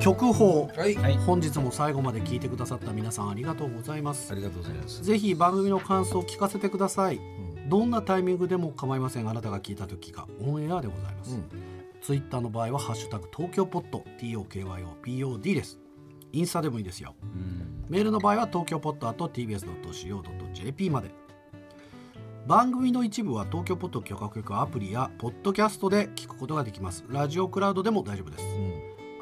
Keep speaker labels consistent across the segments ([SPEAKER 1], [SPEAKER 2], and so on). [SPEAKER 1] 曲法、
[SPEAKER 2] はい
[SPEAKER 3] はい
[SPEAKER 1] 本日も最後まで聞いてくださった皆さんありがとうございます
[SPEAKER 2] ありがとうございます
[SPEAKER 1] ぜひ番組の感想を聞かせてくださいどんなタイミングでも構いませんあなたが聞いた時がオンエアでございます、
[SPEAKER 2] うん
[SPEAKER 1] ツイッターの場合は「ハッシュタグ東京ポッド TOKYOPOD ですインスタでもいいですよ
[SPEAKER 3] うん
[SPEAKER 1] メールの場合は東京ポッドあと tbs.co.jp まで番組の一部は東京ポッド許可局アプリやポッドキャストで聞くことができますラジオクラウドでも大丈夫です
[SPEAKER 2] うん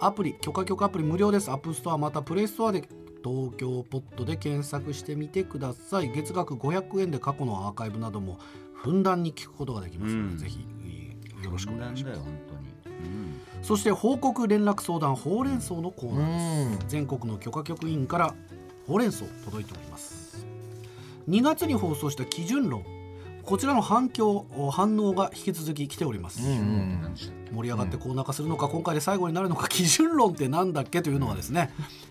[SPEAKER 1] アプリ許可局アプリ無料ですアップストアまたプレイストアで東京ポッドで検索してみてください月額500円で過去のアーカイブなどもふんだんに聞くことができますので、
[SPEAKER 3] うん
[SPEAKER 1] ぜひえーよろしくお願いします
[SPEAKER 3] だよ本当にうん
[SPEAKER 1] そして報告連絡相談ほうれん草のコーナーです
[SPEAKER 2] うん
[SPEAKER 1] 全国の許可局員からほうれん草届いております2月に放送した基準論こちらの反響反応が引き続き来ております、
[SPEAKER 2] うん
[SPEAKER 3] 何でしたっ
[SPEAKER 1] 盛り上がってコーナー化するのか、今回で最後になるのか基準論ってなんだっけというのはですね、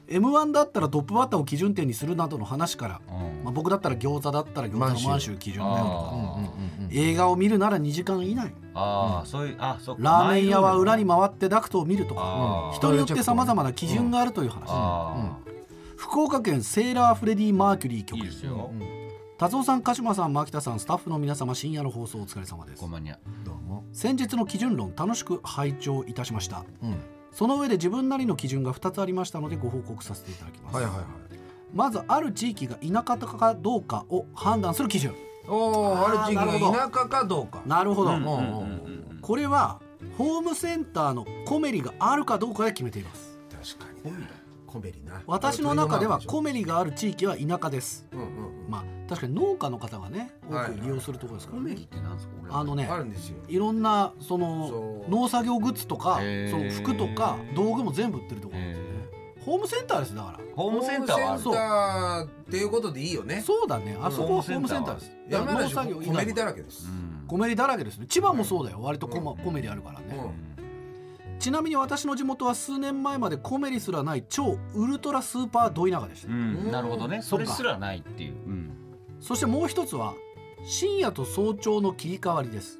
[SPEAKER 1] m 1だったらトップバッターを基準点にするなどの話から、
[SPEAKER 3] けうん
[SPEAKER 1] まあ、僕だったら餃子だったら餃子
[SPEAKER 2] 満州
[SPEAKER 1] の満州基準だよとか
[SPEAKER 3] あ
[SPEAKER 2] うんうんうん
[SPEAKER 1] 映画を見るなら2時間以内
[SPEAKER 3] ああそういうあそっか
[SPEAKER 1] ラーメン屋は裏に回ってダクトを見るとか
[SPEAKER 3] あー
[SPEAKER 1] 人によってさまざまな基準があるという話、
[SPEAKER 3] あ
[SPEAKER 1] 福岡県セーラー・フレディ・マーキュリー
[SPEAKER 3] ー
[SPEAKER 1] 局
[SPEAKER 3] いいですよ
[SPEAKER 2] うん
[SPEAKER 1] 達夫さん鹿島さん牧田さんスタッフの皆様深夜の放送お疲れ様です
[SPEAKER 3] ごまにゃ
[SPEAKER 2] どうも
[SPEAKER 1] 先日の基準論楽しく拝聴いたしました
[SPEAKER 2] うん
[SPEAKER 1] その上で自分なりの基準が2つありましたのでご報告させていただきます、
[SPEAKER 2] はいはいはい
[SPEAKER 1] まずある地域が田舎かどうかを判断する基準
[SPEAKER 2] おー
[SPEAKER 1] あー
[SPEAKER 2] ある地
[SPEAKER 1] なるほ
[SPEAKER 2] 域
[SPEAKER 1] ど
[SPEAKER 2] が田舎かどうか
[SPEAKER 1] なるほど、
[SPEAKER 3] うんうんうんうん
[SPEAKER 1] これはホームセンターのコメリがあるかどうかで決めています
[SPEAKER 2] 確かにコメリな
[SPEAKER 1] 私の中ではコメリがある地域は田舎です
[SPEAKER 2] うんうんうん
[SPEAKER 1] まあ確かに農家の方がね
[SPEAKER 2] はい
[SPEAKER 1] 多く利用するところですか
[SPEAKER 3] コ
[SPEAKER 1] ら
[SPEAKER 3] メ
[SPEAKER 1] ね、
[SPEAKER 3] リってなんですか俺
[SPEAKER 1] あのね
[SPEAKER 2] あるんですよ
[SPEAKER 1] いろんなその
[SPEAKER 2] そう
[SPEAKER 1] 農作業グッズとか
[SPEAKER 3] へー
[SPEAKER 1] その服とか道具も全部売ってるところなんですよねホームセンターですだから
[SPEAKER 3] ホームセンターはある
[SPEAKER 2] ホームセンターっていうことでいいよね
[SPEAKER 1] そうだねあそこはホ
[SPEAKER 3] ホ
[SPEAKER 1] ー
[SPEAKER 3] ー
[SPEAKER 1] ム
[SPEAKER 3] ム
[SPEAKER 1] セ
[SPEAKER 3] セ
[SPEAKER 1] ン
[SPEAKER 3] ン
[SPEAKER 1] タ
[SPEAKER 3] タ
[SPEAKER 1] ー
[SPEAKER 3] ーは
[SPEAKER 1] ですいや
[SPEAKER 2] 山梨
[SPEAKER 1] 農作業以
[SPEAKER 2] コ
[SPEAKER 1] 外
[SPEAKER 2] メリだらけです
[SPEAKER 3] うん
[SPEAKER 1] コメリだらけですね千葉もそうだよ割とコ,、マ
[SPEAKER 2] うん
[SPEAKER 1] コメリあるからね、
[SPEAKER 2] うん
[SPEAKER 1] ちなみに私の地元は数年前までコメリすらない超ウルトラスーパード田舎でした、
[SPEAKER 3] うんなるほど
[SPEAKER 2] う
[SPEAKER 3] ね
[SPEAKER 2] ん
[SPEAKER 3] それすらないっていううん
[SPEAKER 1] そしてもう一つは深夜と早朝の切り替わりです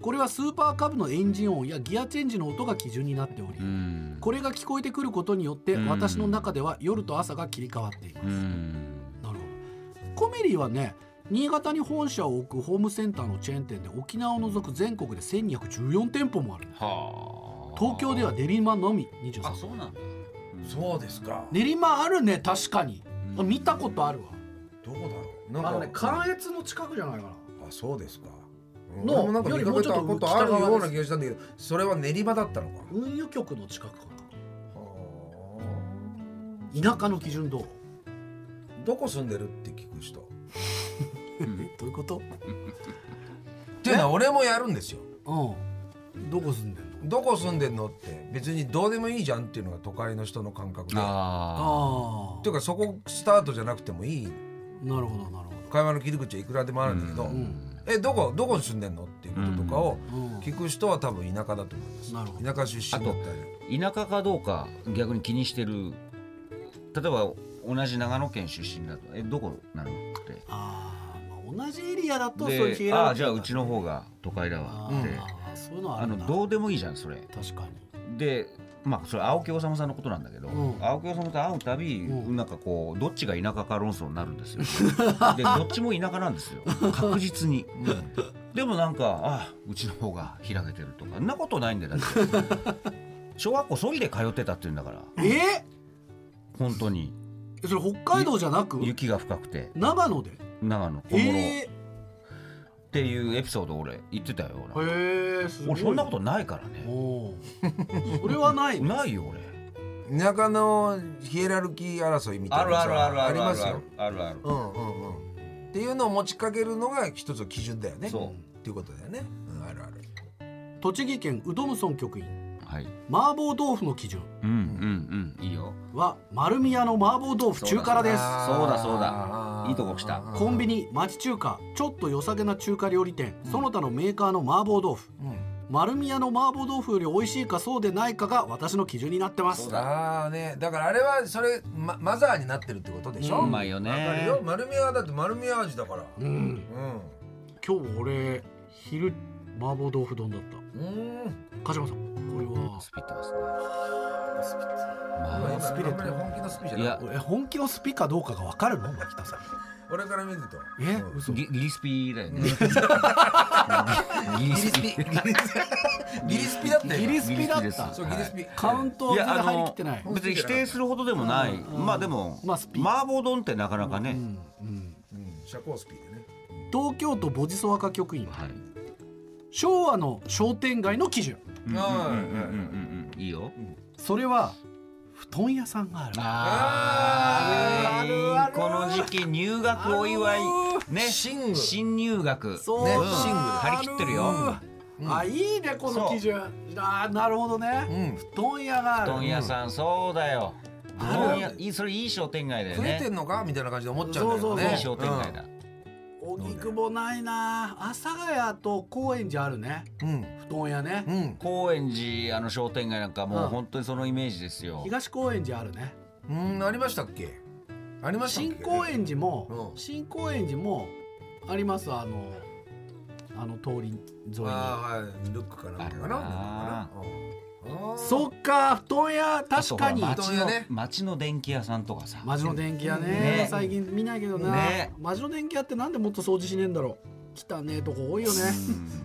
[SPEAKER 1] これはスーパーカブのエンジン音やギアチェンジの音が基準になっており、
[SPEAKER 3] うん
[SPEAKER 1] これが聞こえてくることによって
[SPEAKER 3] うん
[SPEAKER 1] 私の中では夜と朝が切り替わっています、
[SPEAKER 3] うん
[SPEAKER 1] なるほどコメリはね新潟に本社を置くホームセンターのチェーン店で沖縄を除く全国で1214店舗もある
[SPEAKER 3] はあ
[SPEAKER 1] 東京では練馬のみ23
[SPEAKER 3] あそうなんだ
[SPEAKER 2] そうですか
[SPEAKER 1] 練馬あるね確かに、
[SPEAKER 3] うん
[SPEAKER 1] 見たことあるわ
[SPEAKER 2] どこだろうなん
[SPEAKER 1] あ
[SPEAKER 2] か
[SPEAKER 1] のね関越の近くじゃないかな
[SPEAKER 2] あそうですか
[SPEAKER 1] の
[SPEAKER 2] 俺もなんか見かけたことあるような気がしたんだけどそれは練馬だったのか
[SPEAKER 1] 運輸局の近くかな田舎の基準どう
[SPEAKER 2] どこ住んでるって聞く人っ
[SPEAKER 3] うん
[SPEAKER 1] どういうこと
[SPEAKER 2] ていうのは俺もやるんですよ
[SPEAKER 1] うんどこ住んでんの
[SPEAKER 2] どこ住んでんのって別にどうでもいいじゃんっていうのが都会の人の感覚で
[SPEAKER 3] あ
[SPEAKER 1] あ
[SPEAKER 2] って
[SPEAKER 1] あ
[SPEAKER 2] いうかそこスタートじゃなくてもいい
[SPEAKER 1] なるほどなるほ
[SPEAKER 2] 会話の切り口はいくらでもあるんだけど、
[SPEAKER 3] うん
[SPEAKER 2] えどこどこに住んでんのっていうこととかを
[SPEAKER 1] ど、うん、
[SPEAKER 2] 聞く人は多分田舎だと思います、
[SPEAKER 1] なるほど
[SPEAKER 2] 田舎出身だったり
[SPEAKER 3] ー田舎かどうか逆に気にしてる例えば同じ長野県出身だとえどこなのって
[SPEAKER 1] あー、まあ同じエリアだとそういうヒエ
[SPEAKER 3] で
[SPEAKER 1] ラ
[SPEAKER 3] あ
[SPEAKER 1] ル
[SPEAKER 3] あ
[SPEAKER 1] キ
[SPEAKER 3] じ
[SPEAKER 1] ー
[SPEAKER 3] ゃあ
[SPEAKER 1] が
[SPEAKER 3] うちの方が都会だ
[SPEAKER 1] あ
[SPEAKER 3] わって
[SPEAKER 1] ーそういうのはあ
[SPEAKER 3] あ
[SPEAKER 1] る
[SPEAKER 3] の
[SPEAKER 1] な
[SPEAKER 3] どうでもいいじゃんそれ
[SPEAKER 1] 確かに
[SPEAKER 3] でまあそれ青木治さんのことなんだけど、
[SPEAKER 1] うん
[SPEAKER 3] 青木治と会うたび、
[SPEAKER 1] うん
[SPEAKER 3] なんかこうどっちが田舎か論争になるんです よでどっちも田舎なんですよ確実に、でもなんかあうちの方が開けてるとかそんなことないんだよだって 小学校ソリで通ってたって言うんだから
[SPEAKER 1] え
[SPEAKER 3] 本当に
[SPEAKER 1] ー、それ北海道じゃなく
[SPEAKER 3] 雪が深くて
[SPEAKER 1] 長野で
[SPEAKER 3] 長野小諸、
[SPEAKER 1] え
[SPEAKER 3] っていうエピソード俺言ってたよ
[SPEAKER 1] ー、
[SPEAKER 3] 俺
[SPEAKER 1] へえすごい
[SPEAKER 3] 俺そんなことないからね
[SPEAKER 1] おーそれはないね
[SPEAKER 3] ないよ俺
[SPEAKER 2] 田舎のヒエラルキー争いみたいなのさありますよ
[SPEAKER 3] あるある
[SPEAKER 2] うんうんうんっていうのを持ちかけるのが一つの基準だよね
[SPEAKER 3] そ
[SPEAKER 2] っていうことだよね、うん、あるある
[SPEAKER 1] 栃木県うどむ村局員
[SPEAKER 3] はい
[SPEAKER 1] 麻婆豆腐の基準
[SPEAKER 3] うんうんうんいいよ
[SPEAKER 1] は丸宮の麻婆豆腐中辛です
[SPEAKER 2] あー
[SPEAKER 3] そうだそう
[SPEAKER 2] あ
[SPEAKER 3] だ
[SPEAKER 2] ー
[SPEAKER 3] いいとこ来た
[SPEAKER 2] あー
[SPEAKER 1] コンビニ町中華ちょっと良さげな中華料理店その他のメーカーの麻婆豆腐
[SPEAKER 2] うん
[SPEAKER 1] 丸宮の麻婆豆腐より美味しいかそうでないかが私の基準になってます
[SPEAKER 2] あーねだからあれはそれ、ま、マザーになってるってことでしょ、
[SPEAKER 3] うまいよね
[SPEAKER 2] わかるよ丸宮だって丸宮味だから
[SPEAKER 1] うん
[SPEAKER 2] うん
[SPEAKER 1] 今日俺昼麻婆豆腐丼だっ
[SPEAKER 2] うん
[SPEAKER 1] た鹿島さんこれは
[SPEAKER 3] スピってますね
[SPEAKER 2] スピ
[SPEAKER 3] ま
[SPEAKER 2] 今
[SPEAKER 3] あ
[SPEAKER 2] 今
[SPEAKER 3] スピレ
[SPEAKER 2] あんまり
[SPEAKER 3] ッ
[SPEAKER 2] 本気のスピじゃない
[SPEAKER 3] いや
[SPEAKER 1] 俺本気のスピかどうかが分かるの牧田さん
[SPEAKER 2] 俺から見ると
[SPEAKER 1] え、
[SPEAKER 2] うん
[SPEAKER 1] 嘘
[SPEAKER 3] トギギリスピだよねギリ
[SPEAKER 2] ギリ ス
[SPEAKER 3] ス
[SPEAKER 2] ピ
[SPEAKER 3] ピ
[SPEAKER 2] ギリスピだったよ
[SPEAKER 1] ギリスピだっ
[SPEAKER 3] ギリスピです
[SPEAKER 1] た
[SPEAKER 2] そうギリスピ
[SPEAKER 1] カウント全然入りきってない
[SPEAKER 3] あの別に否定するほどでもな
[SPEAKER 1] う
[SPEAKER 3] い、
[SPEAKER 1] ん
[SPEAKER 3] まあでも、
[SPEAKER 1] まあスピ
[SPEAKER 3] 麻婆丼ってなかなかね、
[SPEAKER 1] うんうん
[SPEAKER 2] うん社交スピでね
[SPEAKER 1] 東京都ボジソワ歌局員
[SPEAKER 3] はい
[SPEAKER 1] 昭和の商店街の基準
[SPEAKER 3] うんうん
[SPEAKER 2] あ
[SPEAKER 3] う
[SPEAKER 2] ー
[SPEAKER 3] んうんうんうんいいよ
[SPEAKER 1] それは布団屋さんがあるー
[SPEAKER 3] あー
[SPEAKER 2] あ
[SPEAKER 1] あるある
[SPEAKER 3] この時期入学お祝いね
[SPEAKER 2] 新具
[SPEAKER 3] 新入学
[SPEAKER 1] そう
[SPEAKER 2] ね
[SPEAKER 3] ん
[SPEAKER 2] シングル
[SPEAKER 3] 張り切ってるよ、
[SPEAKER 2] うん
[SPEAKER 1] あいいねこの基準あーなるほど
[SPEAKER 2] う
[SPEAKER 1] ね
[SPEAKER 2] ん
[SPEAKER 1] 布団屋があ
[SPEAKER 3] 布
[SPEAKER 1] る
[SPEAKER 3] 団屋さん、そうだよ
[SPEAKER 1] あ
[SPEAKER 3] 布
[SPEAKER 1] る
[SPEAKER 3] 団屋いいそれいい商店街だよ
[SPEAKER 2] 増えて
[SPEAKER 3] ね
[SPEAKER 2] んのかみたいな感じで思っちゃうんだよね
[SPEAKER 3] いい商店街だ、
[SPEAKER 1] 荻窪ないな阿佐ヶ谷と高円寺あるね
[SPEAKER 2] うん
[SPEAKER 1] 布団屋ね
[SPEAKER 2] うん
[SPEAKER 3] 高円寺あの商店街なんかもううん本当にそのイメージですよ、
[SPEAKER 1] 東高円寺あるね
[SPEAKER 2] うんうんありましたっけありましたっ
[SPEAKER 1] 新
[SPEAKER 2] け
[SPEAKER 1] 高円寺も
[SPEAKER 2] うん
[SPEAKER 1] 新高円寺もありますあのあの通り沿いに
[SPEAKER 2] ああはいルックかな
[SPEAKER 3] あるな
[SPEAKER 2] かなうんあー
[SPEAKER 1] そっか布団屋確かに
[SPEAKER 3] あとほら町
[SPEAKER 2] 布団
[SPEAKER 3] の
[SPEAKER 2] 屋ね
[SPEAKER 3] 町の電気屋さんとかさ
[SPEAKER 1] マジの電気屋ね
[SPEAKER 3] ね
[SPEAKER 1] 最近見ないけどな、
[SPEAKER 3] ね
[SPEAKER 1] マジの電気屋ってなんでもっと掃除しねえんだろう汚ねえとこ多いよね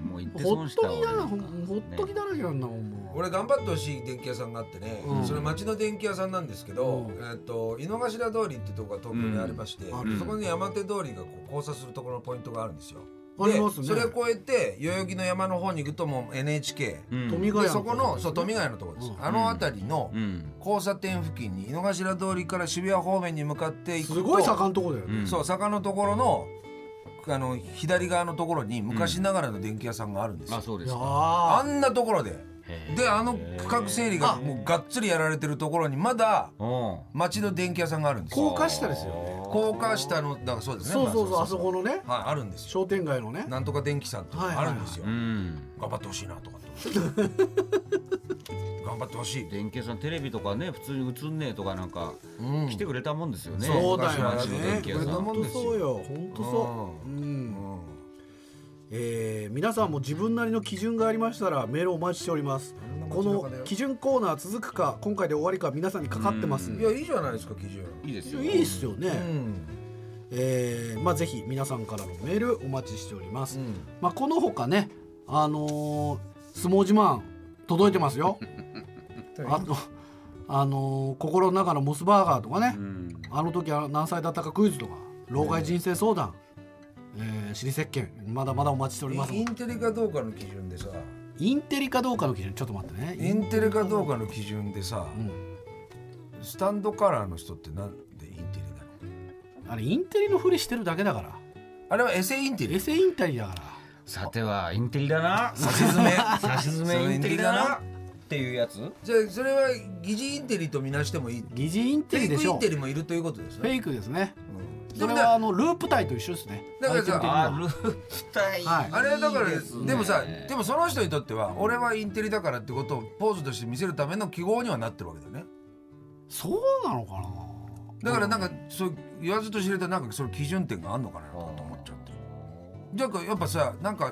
[SPEAKER 3] うんもう行って
[SPEAKER 1] ほ
[SPEAKER 3] 損
[SPEAKER 1] っ
[SPEAKER 3] した
[SPEAKER 1] と
[SPEAKER 3] わ
[SPEAKER 1] きだらほ
[SPEAKER 3] 俺
[SPEAKER 1] ほっときだらけなんだもんもう
[SPEAKER 2] 俺頑張ってほしい電気屋さんがあってね、
[SPEAKER 1] うん
[SPEAKER 2] それ町の電気屋さんなんですけど、
[SPEAKER 1] うん
[SPEAKER 2] えっと井の頭通りってとこが東京にありまして、
[SPEAKER 1] うん
[SPEAKER 2] あのそこに山手通りがこう交差するところのポイントがあるんですよ。
[SPEAKER 1] ありますね
[SPEAKER 2] でそれを越えて代々木の山の方に行くともう NHK、
[SPEAKER 3] うん
[SPEAKER 1] 富ヶ谷の
[SPEAKER 2] でそこのそう富ヶ谷のところで
[SPEAKER 1] う
[SPEAKER 2] す、
[SPEAKER 1] ん
[SPEAKER 2] あの辺りの
[SPEAKER 3] うん
[SPEAKER 2] 交差点付近に井の頭通りから渋谷方面に向かって行く
[SPEAKER 1] す
[SPEAKER 2] と
[SPEAKER 1] ごい坂のとこだよね、
[SPEAKER 3] うん
[SPEAKER 2] そう坂のところのあの左側のところに昔ながらの電気屋さんがあるんですよ、
[SPEAKER 3] あそうで
[SPEAKER 1] い
[SPEAKER 3] す
[SPEAKER 1] や
[SPEAKER 3] か
[SPEAKER 2] あ
[SPEAKER 1] ー
[SPEAKER 2] んなところで
[SPEAKER 3] へー
[SPEAKER 2] であの区画整理がもうがっつりやられてるところにまだ
[SPEAKER 3] うん
[SPEAKER 2] 町の電気屋さんがあるんですよ
[SPEAKER 1] 高架下ですよね
[SPEAKER 2] 高架下のだからそうですね
[SPEAKER 1] そうそうそうあそこ
[SPEAKER 2] の
[SPEAKER 1] のね
[SPEAKER 2] はいあるんですよ
[SPEAKER 1] 商店街のね
[SPEAKER 2] なんとか電気さんとかあるんですよ
[SPEAKER 3] うん
[SPEAKER 2] 頑張ってほしいなとかって 頑張ってほしい
[SPEAKER 3] 電気屋さんテレビとかね普通に映んねえとかなんか
[SPEAKER 2] うん
[SPEAKER 3] 来てくれたもんですよね、
[SPEAKER 1] そうだよ
[SPEAKER 3] 昔の
[SPEAKER 1] ね
[SPEAKER 3] 電気屋さ
[SPEAKER 2] これだ
[SPEAKER 3] ん
[SPEAKER 2] も
[SPEAKER 1] 本
[SPEAKER 2] ん
[SPEAKER 1] 当
[SPEAKER 2] ですよ
[SPEAKER 1] そうよ本当そう
[SPEAKER 2] う
[SPEAKER 1] うん
[SPEAKER 2] うん
[SPEAKER 1] えー皆さんも自分なりの基準がありましたらメールお待ちしておりますこの基準コーナー続くか今回で終わりか皆さんにかかってますん
[SPEAKER 2] い
[SPEAKER 1] で
[SPEAKER 2] やいいじゃないですか基準
[SPEAKER 3] いいです
[SPEAKER 1] い
[SPEAKER 3] よ
[SPEAKER 1] いっすよね、
[SPEAKER 2] うん
[SPEAKER 1] えーまあ、ぜひ皆さんからのメールお待ちしております、
[SPEAKER 2] うん
[SPEAKER 1] まあ、このほかね、あのー相撲自慢届いてますよあと、あのー心の中のモスバーガーとかね、
[SPEAKER 3] うん
[SPEAKER 1] あの時は何歳だったかクイズとか老害人生相談、えー、尻石鹸まだまだお待ちしております
[SPEAKER 2] インテリかどうかの基準でさ
[SPEAKER 1] インテリかどうかの基準ちょっと待ってね
[SPEAKER 2] インテリかどうかの基準でさ
[SPEAKER 1] うん、
[SPEAKER 2] スタンドカラーの人ってなんでインテリなの
[SPEAKER 1] あれインテリのふりしてるだけだから
[SPEAKER 2] あれはエセインテリ
[SPEAKER 1] エセインテリだから
[SPEAKER 3] さてはインテリだな
[SPEAKER 2] 差し詰め
[SPEAKER 3] 差し詰めインテリだなっていうやつ
[SPEAKER 2] じゃあそれは疑似インテリとみなしてもいいフ
[SPEAKER 1] 疑似インテ
[SPEAKER 2] ェ
[SPEAKER 1] リ
[SPEAKER 2] イ
[SPEAKER 1] で
[SPEAKER 2] ク
[SPEAKER 1] し
[SPEAKER 2] イ
[SPEAKER 1] ょ
[SPEAKER 2] ンテリもいるということです
[SPEAKER 1] フェ
[SPEAKER 2] ね
[SPEAKER 1] イクですね
[SPEAKER 2] うんで
[SPEAKER 1] それ
[SPEAKER 2] も
[SPEAKER 1] は
[SPEAKER 2] だ
[SPEAKER 1] あのループ体と一緒ですね
[SPEAKER 2] だからさ
[SPEAKER 1] 相手
[SPEAKER 3] あ
[SPEAKER 1] の
[SPEAKER 3] ルータイ
[SPEAKER 1] はい
[SPEAKER 2] あれはだから
[SPEAKER 3] ですね
[SPEAKER 2] でもさでもその人にとっては俺はインテリだからってことをポーズとして見せるための記号にはなってるわけだよね
[SPEAKER 1] そうなのかな
[SPEAKER 2] だからなんかそう言わずと知れたなんかその基準点があんのかなと思っちゃってじゃあやっぱさなんか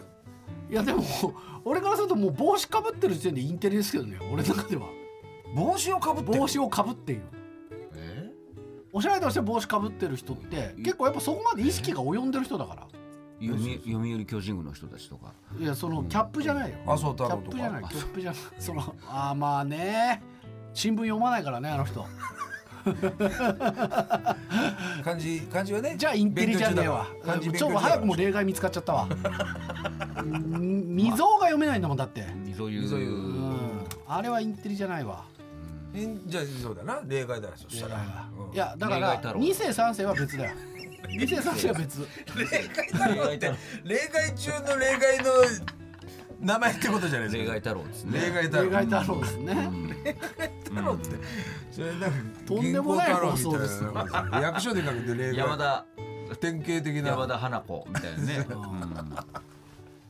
[SPEAKER 1] いやでも俺からするともう帽子かぶってる時点でインテリですけどね俺の中では
[SPEAKER 2] 帽子をかぶってる
[SPEAKER 1] 帽子をかぶっている
[SPEAKER 3] え
[SPEAKER 1] おしゃれとして帽子かぶってる人って結構やっぱそこまで意識が及んでる人だから
[SPEAKER 3] 読み読売巨人軍の人たちとか
[SPEAKER 1] いやそのキャップじゃないよ
[SPEAKER 2] 麻生太
[SPEAKER 1] キャ
[SPEAKER 2] 郎
[SPEAKER 1] ッ
[SPEAKER 2] と
[SPEAKER 1] プじゃな
[SPEAKER 2] か
[SPEAKER 1] いキャップじゃないそのああまあね新聞読まないからねあの人
[SPEAKER 2] 感じ感じはね
[SPEAKER 1] じゃあインテリじゃねえわ
[SPEAKER 2] 勉強中だから漢字勉
[SPEAKER 1] ち
[SPEAKER 2] 強
[SPEAKER 1] ょっと
[SPEAKER 2] 中だから
[SPEAKER 1] 早くも例外見つかっちゃったわうん溝が読めないんだもんだって
[SPEAKER 3] 溝湯
[SPEAKER 2] 溝湯
[SPEAKER 1] うんあれはインテリじゃないわ
[SPEAKER 2] えじゃあそうだな例外だなそしたらうん
[SPEAKER 1] いやだか
[SPEAKER 3] 例外
[SPEAKER 1] ら
[SPEAKER 3] 太郎
[SPEAKER 1] 2世3世は別 だよ2世3世は別
[SPEAKER 2] 例外だろうって例外中の例外の名前ってことじゃない
[SPEAKER 3] 例
[SPEAKER 2] です
[SPEAKER 3] 外
[SPEAKER 2] か
[SPEAKER 3] 太郎ですね
[SPEAKER 2] 例外だろ
[SPEAKER 1] 例外太郎ですね
[SPEAKER 2] だろってそれなんか
[SPEAKER 1] とんでもない放送です
[SPEAKER 2] 銀行太郎みたいな役所でかけて例外
[SPEAKER 3] 山田
[SPEAKER 2] 典型的な
[SPEAKER 3] 山田花子みたいなね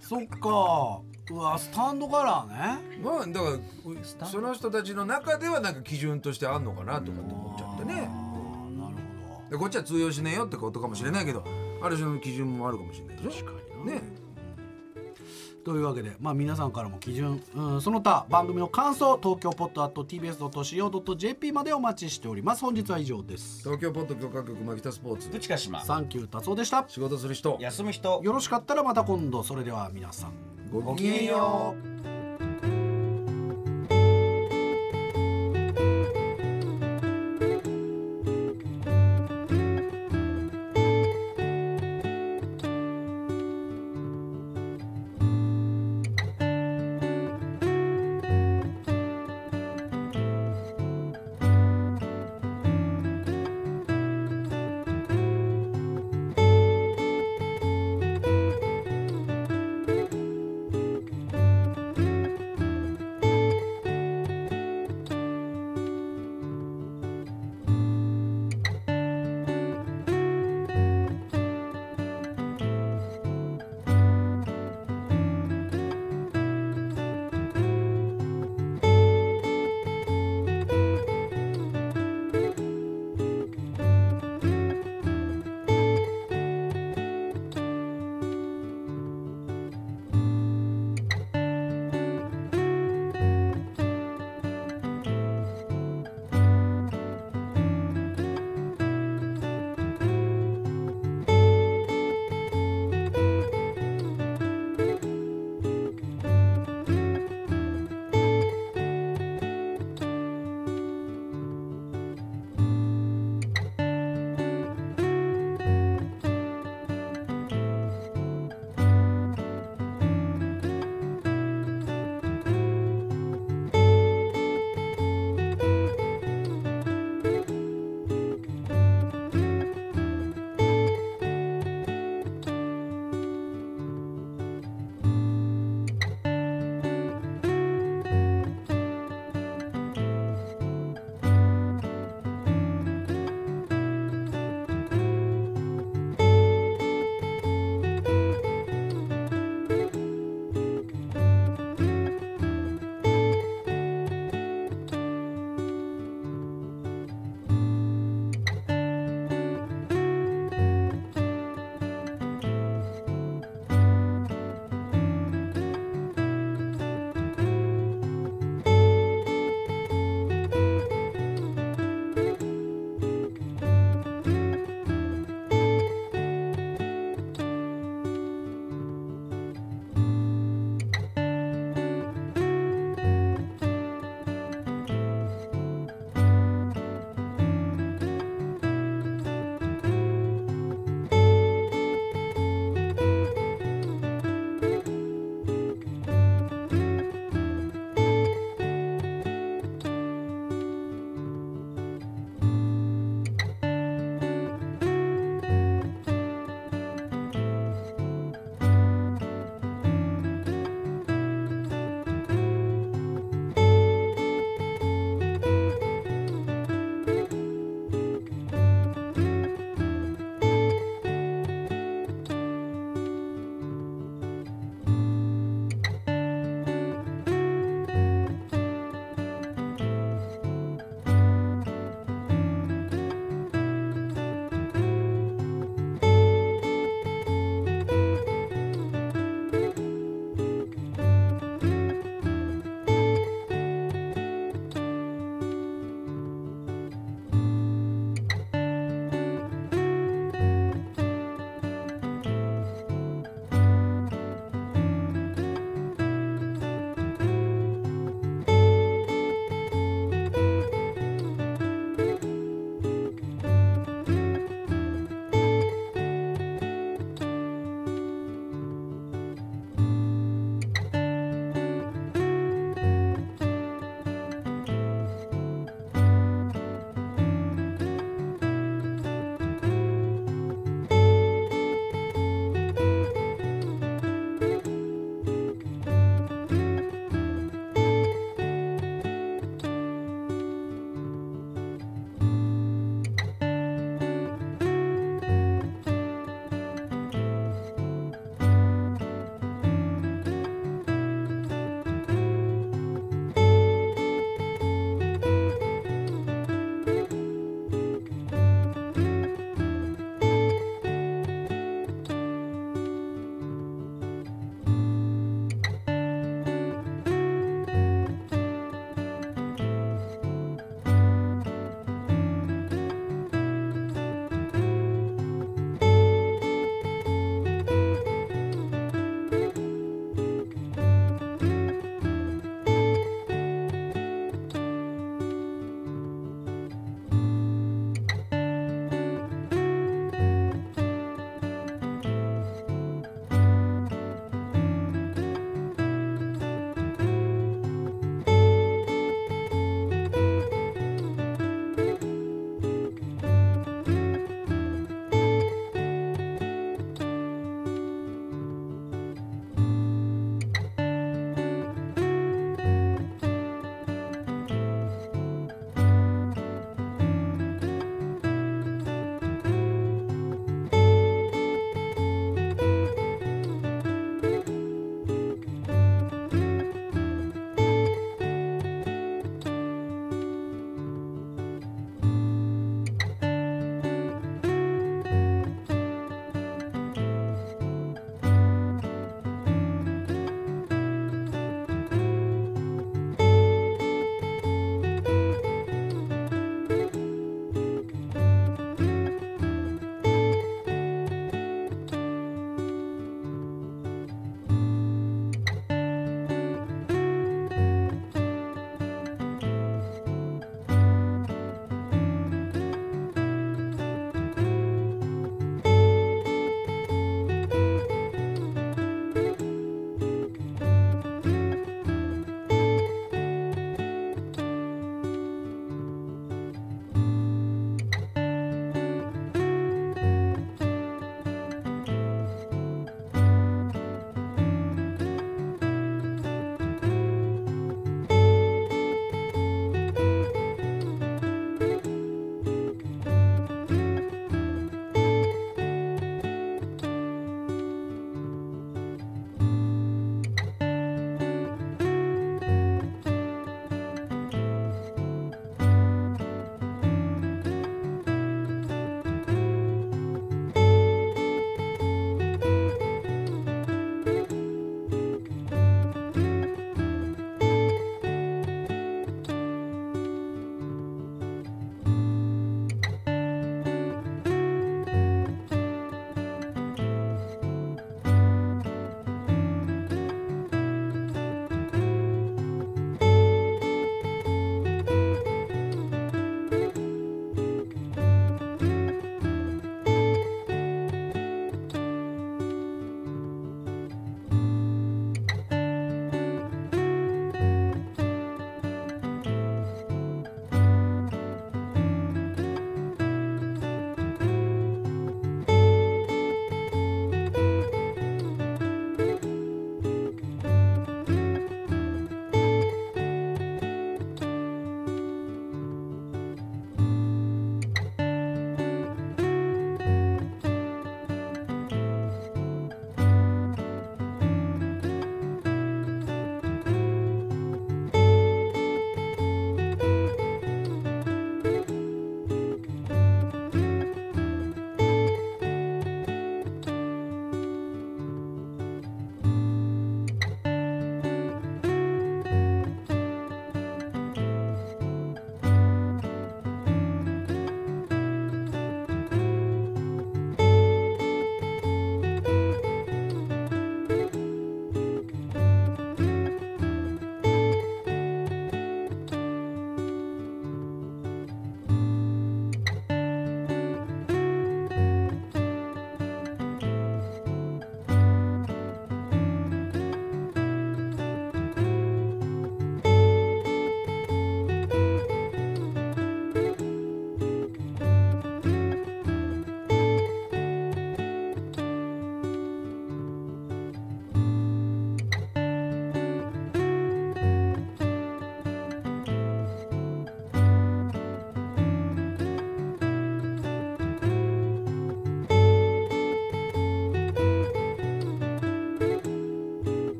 [SPEAKER 1] そっかうわスタンドカラーね
[SPEAKER 2] まあだからその人たちの中ではなんか基準としてあんのかなとかって思っちゃって
[SPEAKER 1] あ
[SPEAKER 2] ね
[SPEAKER 1] ーなるほ
[SPEAKER 2] でこっちは通用しねえよってことかもしれないけどある種の基準もあるかもしれないでしょ
[SPEAKER 1] ど確かにな
[SPEAKER 2] ね
[SPEAKER 1] というわけで、まあ、皆さんからも基準、うん、その他番組の感想東京ポット .tbs.co.jp までお待ちしております本日は以上です
[SPEAKER 2] 東京ポッド許可局マキタスポーツ
[SPEAKER 3] プチカ島
[SPEAKER 1] サンキュー達夫でした
[SPEAKER 2] 仕事する人
[SPEAKER 3] 休む人
[SPEAKER 1] よろしかったらまた今度それでは皆さん
[SPEAKER 2] ご
[SPEAKER 1] ごきげんよう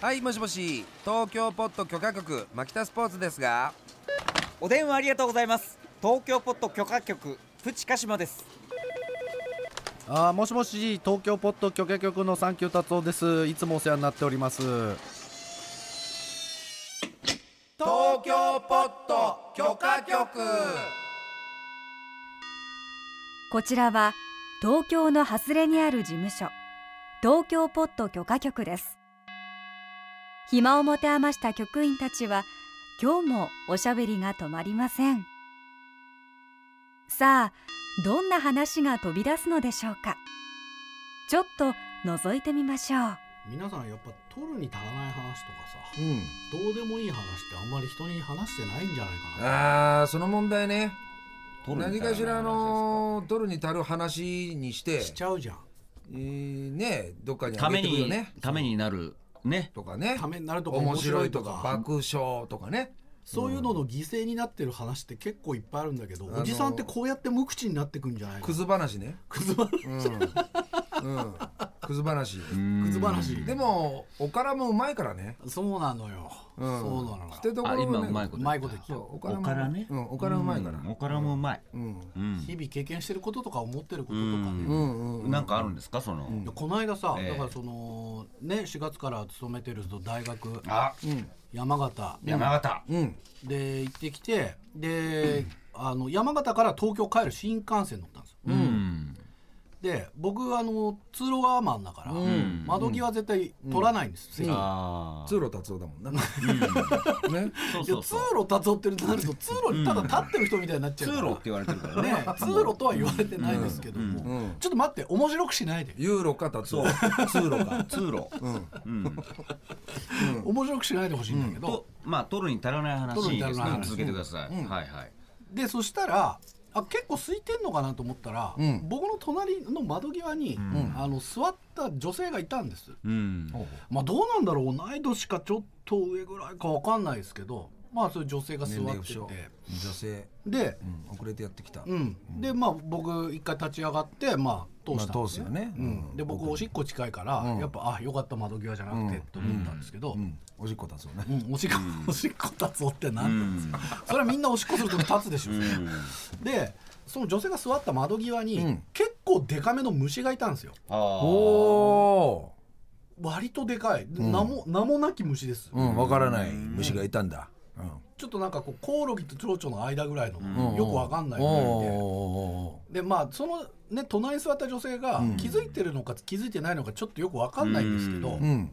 [SPEAKER 2] はいもしもし東京ポット許可局牧田スポーツですが
[SPEAKER 4] お電話ありがとうございます東京ポット許可局プチカシマです
[SPEAKER 1] あーもしもし東京ポット許可局のサンキュー達夫ですいつもお世話になっております
[SPEAKER 2] 東京ポット許可局
[SPEAKER 5] こちらは東京の外れにある事務所東京ポット許可局です暇を持て余した局員たちは今日もおしゃべりが止まりませんさあどんな話が飛び出すのでしょうかちょっと覗いてみましょう
[SPEAKER 1] 皆さんやっぱ取るに足らない話とかさ
[SPEAKER 3] うん
[SPEAKER 1] どうでもいい話ってあんまり人に話してないんじゃないかな
[SPEAKER 2] あーその問題ね
[SPEAKER 3] 取る
[SPEAKER 2] 何
[SPEAKER 3] みたいな話
[SPEAKER 2] かしらの取るに足る話にして、
[SPEAKER 1] しちゃうじゃん
[SPEAKER 2] えーねどっかに
[SPEAKER 3] た
[SPEAKER 2] あげ
[SPEAKER 3] め
[SPEAKER 2] てくよ
[SPEAKER 3] に
[SPEAKER 2] ね
[SPEAKER 3] ためになるね
[SPEAKER 2] とかね
[SPEAKER 1] ためになるとか
[SPEAKER 2] 面
[SPEAKER 1] 面白
[SPEAKER 2] 白い
[SPEAKER 1] いと
[SPEAKER 2] と
[SPEAKER 1] か
[SPEAKER 2] か爆笑とかね
[SPEAKER 1] そういうのの犠牲になってる話って結構いっぱいあるんだけど、
[SPEAKER 2] あの
[SPEAKER 1] おじさんってこうやって無口になってくんじゃないの
[SPEAKER 2] クズ話ね
[SPEAKER 1] くずば
[SPEAKER 2] うん、うん、クズ話
[SPEAKER 1] くず話
[SPEAKER 2] でもおからもうまいからね、
[SPEAKER 1] そうなのよ、
[SPEAKER 2] うん、
[SPEAKER 1] そうなのよ
[SPEAKER 2] 捨てどこ
[SPEAKER 3] あ
[SPEAKER 2] ろ
[SPEAKER 3] 今うまい
[SPEAKER 2] ね
[SPEAKER 3] こと
[SPEAKER 1] うまいこと言って
[SPEAKER 2] そ
[SPEAKER 1] た
[SPEAKER 2] うお
[SPEAKER 3] おからね
[SPEAKER 2] うんおからうまいから
[SPEAKER 3] うんおからもうまい
[SPEAKER 2] うん
[SPEAKER 3] うん
[SPEAKER 1] 日々経験してることとか思ってることとかね、
[SPEAKER 3] う
[SPEAKER 1] い
[SPEAKER 3] ん
[SPEAKER 2] うんうん
[SPEAKER 3] なんかあるんですかその
[SPEAKER 1] やこの間さ、
[SPEAKER 3] ええ
[SPEAKER 1] だからそのね4月から勤めてる大学
[SPEAKER 3] あ
[SPEAKER 2] うん
[SPEAKER 1] 山形
[SPEAKER 3] 山形
[SPEAKER 2] うん
[SPEAKER 1] で行ってきてで、あの山形から東京帰る新幹線乗ったんですよ
[SPEAKER 3] うん
[SPEAKER 1] で僕あの通路側マンだから、
[SPEAKER 2] ん
[SPEAKER 1] 窓際絶対取らないんです、席
[SPEAKER 3] あー
[SPEAKER 2] 通路達夫だもんなね
[SPEAKER 1] い
[SPEAKER 3] そう
[SPEAKER 1] や
[SPEAKER 3] そう
[SPEAKER 1] 通
[SPEAKER 3] そう
[SPEAKER 1] 路達夫ってなると通路にただ立ってる人みたいになっちゃ
[SPEAKER 3] 通
[SPEAKER 1] うから、
[SPEAKER 3] 路って言われてるからね
[SPEAKER 1] ね通路とは言われてないですけども、
[SPEAKER 2] うんうん
[SPEAKER 1] ちょっと待って面白くしないで、
[SPEAKER 2] ユーロか達
[SPEAKER 3] そ
[SPEAKER 2] 夫
[SPEAKER 3] う
[SPEAKER 2] 通路か
[SPEAKER 3] 通路
[SPEAKER 2] うん
[SPEAKER 3] うん
[SPEAKER 1] 面白くしないでほしいんだけど、
[SPEAKER 3] とまあ取るに足らない
[SPEAKER 1] 取るに
[SPEAKER 3] 話で
[SPEAKER 1] 足
[SPEAKER 3] す
[SPEAKER 1] らない
[SPEAKER 3] ね
[SPEAKER 1] 話
[SPEAKER 3] 続けてください
[SPEAKER 2] うん
[SPEAKER 3] はいはい
[SPEAKER 1] でそしたらあ結構空いてんのかなと思ったら、
[SPEAKER 2] うん
[SPEAKER 1] 僕の隣の窓際に、
[SPEAKER 3] ん
[SPEAKER 1] あの座った女性がいたんです、
[SPEAKER 3] うん
[SPEAKER 1] まあどうなんだろう同い年かちょっと上ぐらいかわかんないですけどまあそういう女性が座
[SPEAKER 2] 年齢
[SPEAKER 1] っ
[SPEAKER 2] 不
[SPEAKER 1] てて
[SPEAKER 2] 詳女性
[SPEAKER 1] で
[SPEAKER 2] うん遅れてやってきた
[SPEAKER 1] うん、でまあ僕一回立ち上がってまあ通したん
[SPEAKER 2] まあ
[SPEAKER 1] で
[SPEAKER 2] 通す
[SPEAKER 1] す
[SPEAKER 2] よ
[SPEAKER 1] ね,、
[SPEAKER 2] ね
[SPEAKER 1] うん、で僕おしっこ近いから、
[SPEAKER 2] うん
[SPEAKER 1] やっぱあよかった窓際じゃなくてと思ったんですけど、う
[SPEAKER 2] うんんおしっこ達夫ね
[SPEAKER 1] おしっこ、おしっこ立つおってなん
[SPEAKER 3] う
[SPEAKER 1] て、
[SPEAKER 3] ん
[SPEAKER 1] それはみんなおしっこするとき立つでしょ、
[SPEAKER 3] うん
[SPEAKER 1] でその女性が座った窓際に、
[SPEAKER 2] うん
[SPEAKER 1] 結構デカめの虫がいたんですよ
[SPEAKER 3] あー
[SPEAKER 2] お
[SPEAKER 1] 割とでかい、で名も名もなき虫です、
[SPEAKER 2] ーうんわからない虫がいたんだうん
[SPEAKER 1] ちょっとなんかこうコオロギと蝶々の間ぐらいの、
[SPEAKER 2] うん
[SPEAKER 1] よくわかんないぐらい
[SPEAKER 2] おー
[SPEAKER 1] でで
[SPEAKER 2] お
[SPEAKER 1] まあそのね隣に座った女性が気づいてるのか気づいてないのかちょっとよくわかんないんですけど
[SPEAKER 2] ーおーおー、うん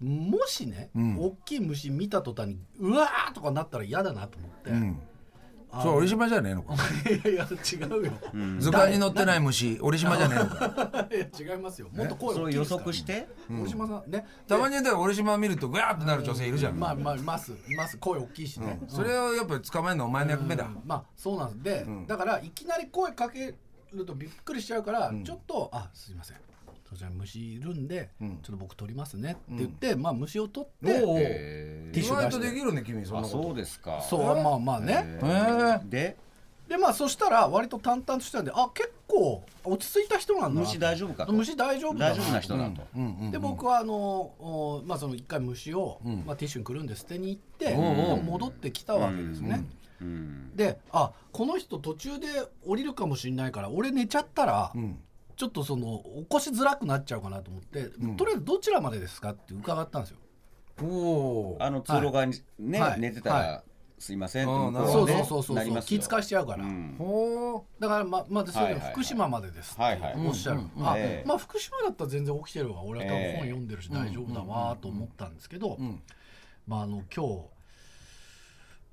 [SPEAKER 1] もしね、
[SPEAKER 2] うん
[SPEAKER 1] 大きい虫見た途端にうわーとかなったら嫌だなと思って、
[SPEAKER 2] うん
[SPEAKER 1] あの
[SPEAKER 2] そう折島じゃねえのか
[SPEAKER 1] いやいや違うよ、
[SPEAKER 2] 図鑑に載ってない虫折島じゃねえのか
[SPEAKER 1] いや違いますよもっと声
[SPEAKER 3] そ
[SPEAKER 1] 大
[SPEAKER 3] う
[SPEAKER 1] きい
[SPEAKER 3] 予
[SPEAKER 1] ですから
[SPEAKER 3] 測して
[SPEAKER 1] 大島さんね
[SPEAKER 2] たまにだから折島見るとグワーってなる女性いるじゃん
[SPEAKER 1] まあまあいますいます声大きいしね、
[SPEAKER 2] それをやっぱり捕まえるのお前の役目だ
[SPEAKER 1] うんまあそうなんですで、だからいきなり声かけるとびっくりしちゃうから、ちょっと「あすいませんそちらに虫いるんで、ちょっと僕取りますね」って言って、まあ虫を取って、
[SPEAKER 2] おお
[SPEAKER 3] え
[SPEAKER 1] ティッ
[SPEAKER 2] 意
[SPEAKER 1] シュ
[SPEAKER 2] 外
[SPEAKER 1] 出し
[SPEAKER 2] と
[SPEAKER 1] て
[SPEAKER 2] できるね君そん
[SPEAKER 3] あ
[SPEAKER 2] な
[SPEAKER 3] そ
[SPEAKER 2] こ
[SPEAKER 3] うですか
[SPEAKER 1] そうまあまあね、
[SPEAKER 2] へえ
[SPEAKER 3] で
[SPEAKER 1] でまあそしたら割と淡々としてたんであ結構落ち着いた人なんだな
[SPEAKER 3] 虫大丈夫かと
[SPEAKER 1] 虫大丈夫だ
[SPEAKER 3] 大丈夫な人だと
[SPEAKER 2] とうんうん
[SPEAKER 1] で僕はあのおまあその一回虫を、
[SPEAKER 2] ん
[SPEAKER 1] まあ、ティッシュにくるんで捨てに行って、
[SPEAKER 2] おうおう
[SPEAKER 1] で戻ってきたわけですね、
[SPEAKER 3] うん
[SPEAKER 1] であこの人途中で降りるかもしれないから俺寝ちゃったら、
[SPEAKER 2] ん
[SPEAKER 1] ちょっとその起こしづらくなっちゃうかなと思って、とりあえずどちらまでですかって伺ったんですよ。
[SPEAKER 2] おお
[SPEAKER 3] あの通路側にね、
[SPEAKER 1] はい
[SPEAKER 3] 寝てたら、
[SPEAKER 1] は
[SPEAKER 3] すいません
[SPEAKER 2] あー
[SPEAKER 3] と
[SPEAKER 2] なる
[SPEAKER 1] そ
[SPEAKER 2] ほ
[SPEAKER 1] う
[SPEAKER 2] ど
[SPEAKER 1] そうそうそう
[SPEAKER 3] なり
[SPEAKER 1] そう
[SPEAKER 3] ますよ
[SPEAKER 1] 気遣いしちゃうから、
[SPEAKER 3] うん
[SPEAKER 2] ほ
[SPEAKER 1] だからままずそ
[SPEAKER 3] は
[SPEAKER 1] れ
[SPEAKER 3] いはいはい
[SPEAKER 1] 福島までです
[SPEAKER 3] はいはい
[SPEAKER 1] おっしゃる、
[SPEAKER 3] ん
[SPEAKER 1] あ
[SPEAKER 3] ええ
[SPEAKER 1] まあ福島だったら全然起きてるわ俺は多分
[SPEAKER 3] ええ
[SPEAKER 1] 本読んでるし大丈夫だわと思ったんですけど、
[SPEAKER 2] ん
[SPEAKER 1] まああの今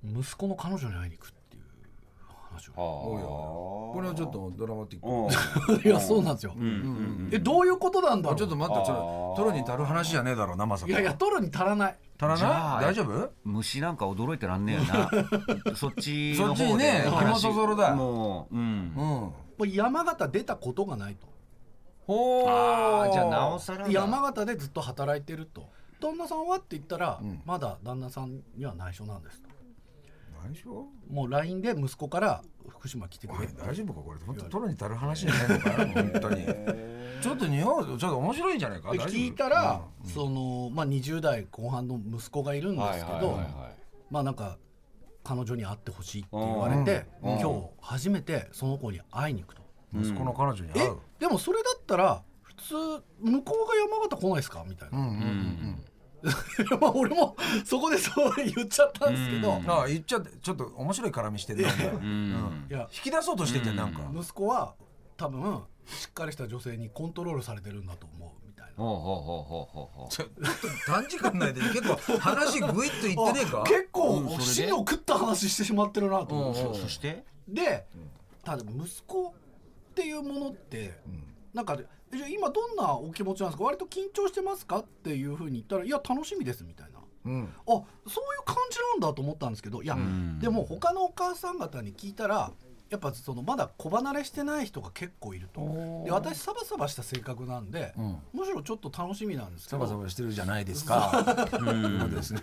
[SPEAKER 1] 日息子の彼女に会いに行くっていう話
[SPEAKER 3] はあ
[SPEAKER 1] を
[SPEAKER 2] うこれはちょっとドラマティック
[SPEAKER 3] う
[SPEAKER 1] いやそうなんですよ、えどういうことなんだろう
[SPEAKER 2] ちょっと待ってちょっと取るに足る話じゃねえだろ生さか
[SPEAKER 1] いやいや取るに足らない
[SPEAKER 2] 足ら
[SPEAKER 3] じゃ
[SPEAKER 2] な
[SPEAKER 3] あ
[SPEAKER 2] い大丈夫
[SPEAKER 3] 虫なんか驚いてらんねえよなそっち
[SPEAKER 2] そ
[SPEAKER 3] の
[SPEAKER 2] っち
[SPEAKER 3] 方
[SPEAKER 2] に
[SPEAKER 3] で
[SPEAKER 2] ね
[SPEAKER 3] 話
[SPEAKER 2] 紐そぞろだ
[SPEAKER 3] もう、うん
[SPEAKER 2] う、ん
[SPEAKER 1] もう山形出たことがないと
[SPEAKER 2] ほう
[SPEAKER 3] あーじゃあなおさらだ
[SPEAKER 1] 山形でずっと働いてると旦那さんはって言ったら、まだ旦那さんには内緒なんですと
[SPEAKER 2] 内緒
[SPEAKER 1] もう LINE で息子から福島来てく
[SPEAKER 2] お
[SPEAKER 1] れ
[SPEAKER 2] い
[SPEAKER 1] って
[SPEAKER 2] 大丈夫かこれ本当取るに足る話じゃないのかな本当にちょっと日本ちょっと面白いんじゃないか
[SPEAKER 1] で
[SPEAKER 2] 大丈夫
[SPEAKER 1] 聞いたら、そのまあ、20代後半の息子がいるんですけど、まあなんか彼女に会ってほしいって言われて、
[SPEAKER 3] うんうん
[SPEAKER 1] 今日初めてその子に会いに行くと、
[SPEAKER 2] うん息子の彼女に会
[SPEAKER 1] え
[SPEAKER 2] う
[SPEAKER 1] でもそれだったら普通向こうが山形来ないですかみたいな、
[SPEAKER 2] うんうんうん
[SPEAKER 1] まあ俺もそこでそう言っちゃったんですけど、
[SPEAKER 3] うん
[SPEAKER 2] ああ言っちゃってちょっと面白い絡みしてるなお前
[SPEAKER 3] う
[SPEAKER 1] い
[SPEAKER 3] ん
[SPEAKER 1] や
[SPEAKER 2] 引き出そうとしててなんか
[SPEAKER 1] 息子は多分しっかりした女性にコントロールされてるんだと思うみたいな
[SPEAKER 3] ほうほうほうほうほうほう
[SPEAKER 2] ちょっと短時間内で結構話グイッといってねえか
[SPEAKER 1] あ結構
[SPEAKER 3] うんそれで
[SPEAKER 1] 芯を食った話してしまってるなと思って
[SPEAKER 2] うんうん
[SPEAKER 3] そそして
[SPEAKER 1] でただ息子っていうものってなんかえじゃあ今どんなお気持ちなんですか割と緊張してますかっていうふうに言ったらいや楽しみですみたいなあ
[SPEAKER 2] うん
[SPEAKER 1] そういう感じなんだと思ったんですけどいや、
[SPEAKER 3] ん
[SPEAKER 1] でも他のお母さん方に聞いたらやっぱそのまだ子離れしてない人が結構いるとで私サバサバした性格なんで、
[SPEAKER 2] うん
[SPEAKER 1] むしろちょっと楽しみなんですけ
[SPEAKER 2] サ
[SPEAKER 1] ど
[SPEAKER 2] バサバしてるじゃないですか
[SPEAKER 3] うん
[SPEAKER 2] そうですね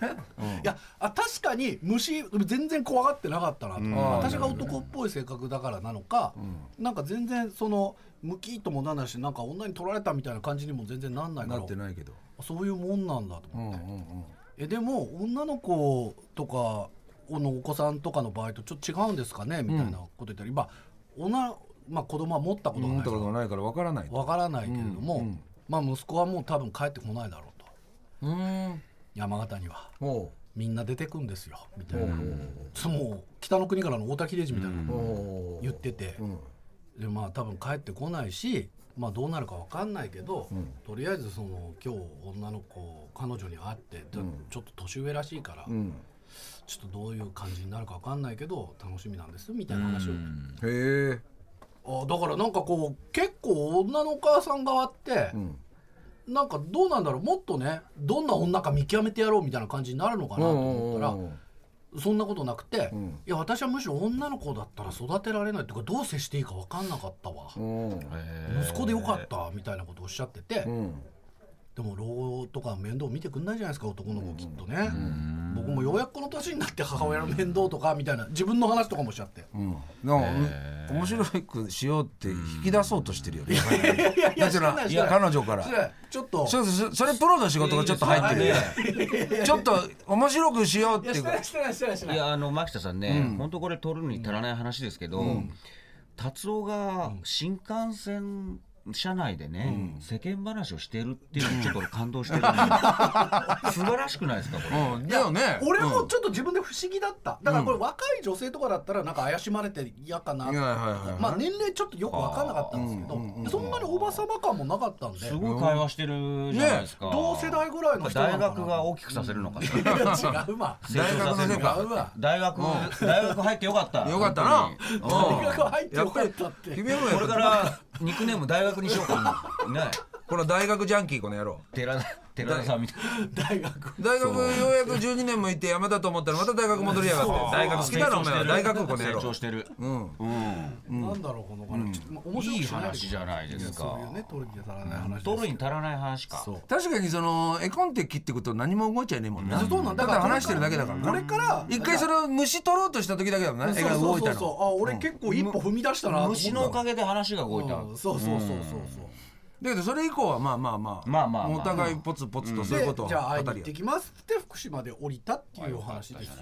[SPEAKER 1] いやあ確かに虫全然怖がってなかったなと、
[SPEAKER 3] うん
[SPEAKER 1] 私が男っぽい性格だからなのか、なんか全然そのムキッともなんないしなんか女に取られたみたいな感じにも全然なんないか
[SPEAKER 2] な
[SPEAKER 1] ら
[SPEAKER 2] ってないけど
[SPEAKER 1] そういうもんなんだと
[SPEAKER 2] うん
[SPEAKER 1] 思
[SPEAKER 2] う
[SPEAKER 1] って、
[SPEAKER 2] ん
[SPEAKER 1] えでも女の子とかのお子さんとかの場合とちょっと違うんですかねみたいなこと言ったり、まあ女まあ子供は持ったこ
[SPEAKER 2] うん
[SPEAKER 1] とが
[SPEAKER 2] 思
[SPEAKER 1] ない
[SPEAKER 2] ったことがないからわからない
[SPEAKER 1] わからないけれども、
[SPEAKER 2] うんうん
[SPEAKER 1] まあ息子はもう多分帰ってこないだろうと
[SPEAKER 2] うん
[SPEAKER 1] 山形には
[SPEAKER 2] おう
[SPEAKER 1] みんな出てくんですよみた
[SPEAKER 2] お
[SPEAKER 1] いな。
[SPEAKER 2] う
[SPEAKER 1] そうもう北の国からの太田秀治みたいな
[SPEAKER 2] お
[SPEAKER 1] の
[SPEAKER 2] う
[SPEAKER 1] 言ってて、
[SPEAKER 2] うん
[SPEAKER 1] でまあ多分帰ってこないし、まあ、どうなるか分かんないけど、
[SPEAKER 2] ん
[SPEAKER 1] とりあえずその今日女の子彼女に会って、ちょちょっと年上らしいから、
[SPEAKER 2] うん
[SPEAKER 1] ちょっとどういう感じになるか分かんないけど楽しみなんですみたいな話を、
[SPEAKER 2] へえ
[SPEAKER 1] あだからなんかこう結構女のお母さん側って、
[SPEAKER 2] うん
[SPEAKER 1] なんかどうなんだろうもっとねどんな女か見極めてやろうみたいな感じになるのかなと思ったら。そんなことなくて、
[SPEAKER 2] ん
[SPEAKER 1] いや私はむしろ女の子だったら育てられないっていうかどう接していいか分かんなかったわ、
[SPEAKER 2] うん
[SPEAKER 1] 息子でよかったみたいなことをおっしゃってて、
[SPEAKER 2] うん
[SPEAKER 1] でも老後とか面倒見てくんないじゃないですか男の子きっとね、僕もようやくこの年になって母親の面倒とかみたいな自分の話とかもしちゃって、
[SPEAKER 2] うん、なんか面白くしようって引き出そうとしてるよね。い
[SPEAKER 1] やいや
[SPEAKER 2] だっ
[SPEAKER 1] し
[SPEAKER 2] て
[SPEAKER 1] てない
[SPEAKER 2] な
[SPEAKER 1] してな
[SPEAKER 2] い
[SPEAKER 1] い
[SPEAKER 2] や彼女から。
[SPEAKER 1] それちょっと
[SPEAKER 2] そうそうそれプロの仕事がちょっと入ってて、ちょっと面白くしようっ
[SPEAKER 1] いや
[SPEAKER 2] て
[SPEAKER 1] し
[SPEAKER 2] いう
[SPEAKER 1] てな
[SPEAKER 2] か
[SPEAKER 1] い。してないしてないしてない
[SPEAKER 3] いやあの牧田さんね、本当これ取るに足らない話ですけど、達夫が新幹線車内でね、世間話をしてるっていうのにちょっと俺感動してる、ね、素晴らしくないですかこれ、
[SPEAKER 2] うん、だよね。
[SPEAKER 1] 俺も
[SPEAKER 2] うん
[SPEAKER 1] ちょっと自分で不思議だっただからこれ若い女性とかだったらなんか怪しまれて嫌かなと
[SPEAKER 2] はいはいはい
[SPEAKER 1] か
[SPEAKER 2] はい
[SPEAKER 1] まあ年齢ちょっとよく分かんなかったんですけ
[SPEAKER 2] うんうんうん
[SPEAKER 1] ど
[SPEAKER 2] うん
[SPEAKER 1] そんなにおばさま感もなかったんです
[SPEAKER 3] ごい会話してるじゃないですか、
[SPEAKER 1] 同世代ぐらいの人な
[SPEAKER 3] 大
[SPEAKER 1] のかな
[SPEAKER 3] 学が大きくさせるのかな、
[SPEAKER 1] いや違う わ
[SPEAKER 3] 成長させるの
[SPEAKER 1] 違
[SPEAKER 3] か
[SPEAKER 1] うわ
[SPEAKER 3] 大学、大学入ってよかった
[SPEAKER 2] よかったな
[SPEAKER 3] 本。
[SPEAKER 2] うん
[SPEAKER 1] 大学入ってよかったって
[SPEAKER 2] 君も
[SPEAKER 3] 当にこれからニックネーム大学にしようかなね
[SPEAKER 2] この大学ジャンキーこの野郎。
[SPEAKER 3] 寺田寺田さんみた
[SPEAKER 1] 大
[SPEAKER 3] いな
[SPEAKER 1] 学
[SPEAKER 2] 大学ようやく12年もいて山だと思ったらまた大学戻りやがって。大学好きだろお前は。大学この野
[SPEAKER 3] 成長
[SPEAKER 2] 郎。
[SPEAKER 3] してる
[SPEAKER 2] うん。
[SPEAKER 1] なんだろうこの話ちょっとまあ面白く
[SPEAKER 3] いい
[SPEAKER 1] しない
[SPEAKER 3] 話じゃないですか
[SPEAKER 1] そういうね取りに足らない話
[SPEAKER 3] 取るに足らない話か
[SPEAKER 1] そう
[SPEAKER 2] 確かにその絵コンテ切っていくと何も動いちゃいねえもんな。
[SPEAKER 1] そうなん
[SPEAKER 2] た
[SPEAKER 1] だ
[SPEAKER 2] だ話してるだけだからな
[SPEAKER 1] これから
[SPEAKER 2] 一回それを虫取ろうとした時だけだもんね絵
[SPEAKER 1] そう
[SPEAKER 2] が
[SPEAKER 1] そ
[SPEAKER 2] 動
[SPEAKER 1] う
[SPEAKER 2] い
[SPEAKER 1] そう
[SPEAKER 2] た
[SPEAKER 1] そう
[SPEAKER 2] の
[SPEAKER 1] あ俺結構一歩踏み出したなと思った
[SPEAKER 3] 虫のおかげで話が動いた、
[SPEAKER 1] うんそうそうそうそうそう
[SPEAKER 2] だけどそれ以降はまあまあまあ
[SPEAKER 3] まあまあまあ
[SPEAKER 2] お互いポツポツとそういうことを
[SPEAKER 1] でじゃあ会いに
[SPEAKER 2] 語
[SPEAKER 1] 行っ
[SPEAKER 2] り
[SPEAKER 1] て
[SPEAKER 2] 合
[SPEAKER 1] きますって福島で降りたっていうお話ですよ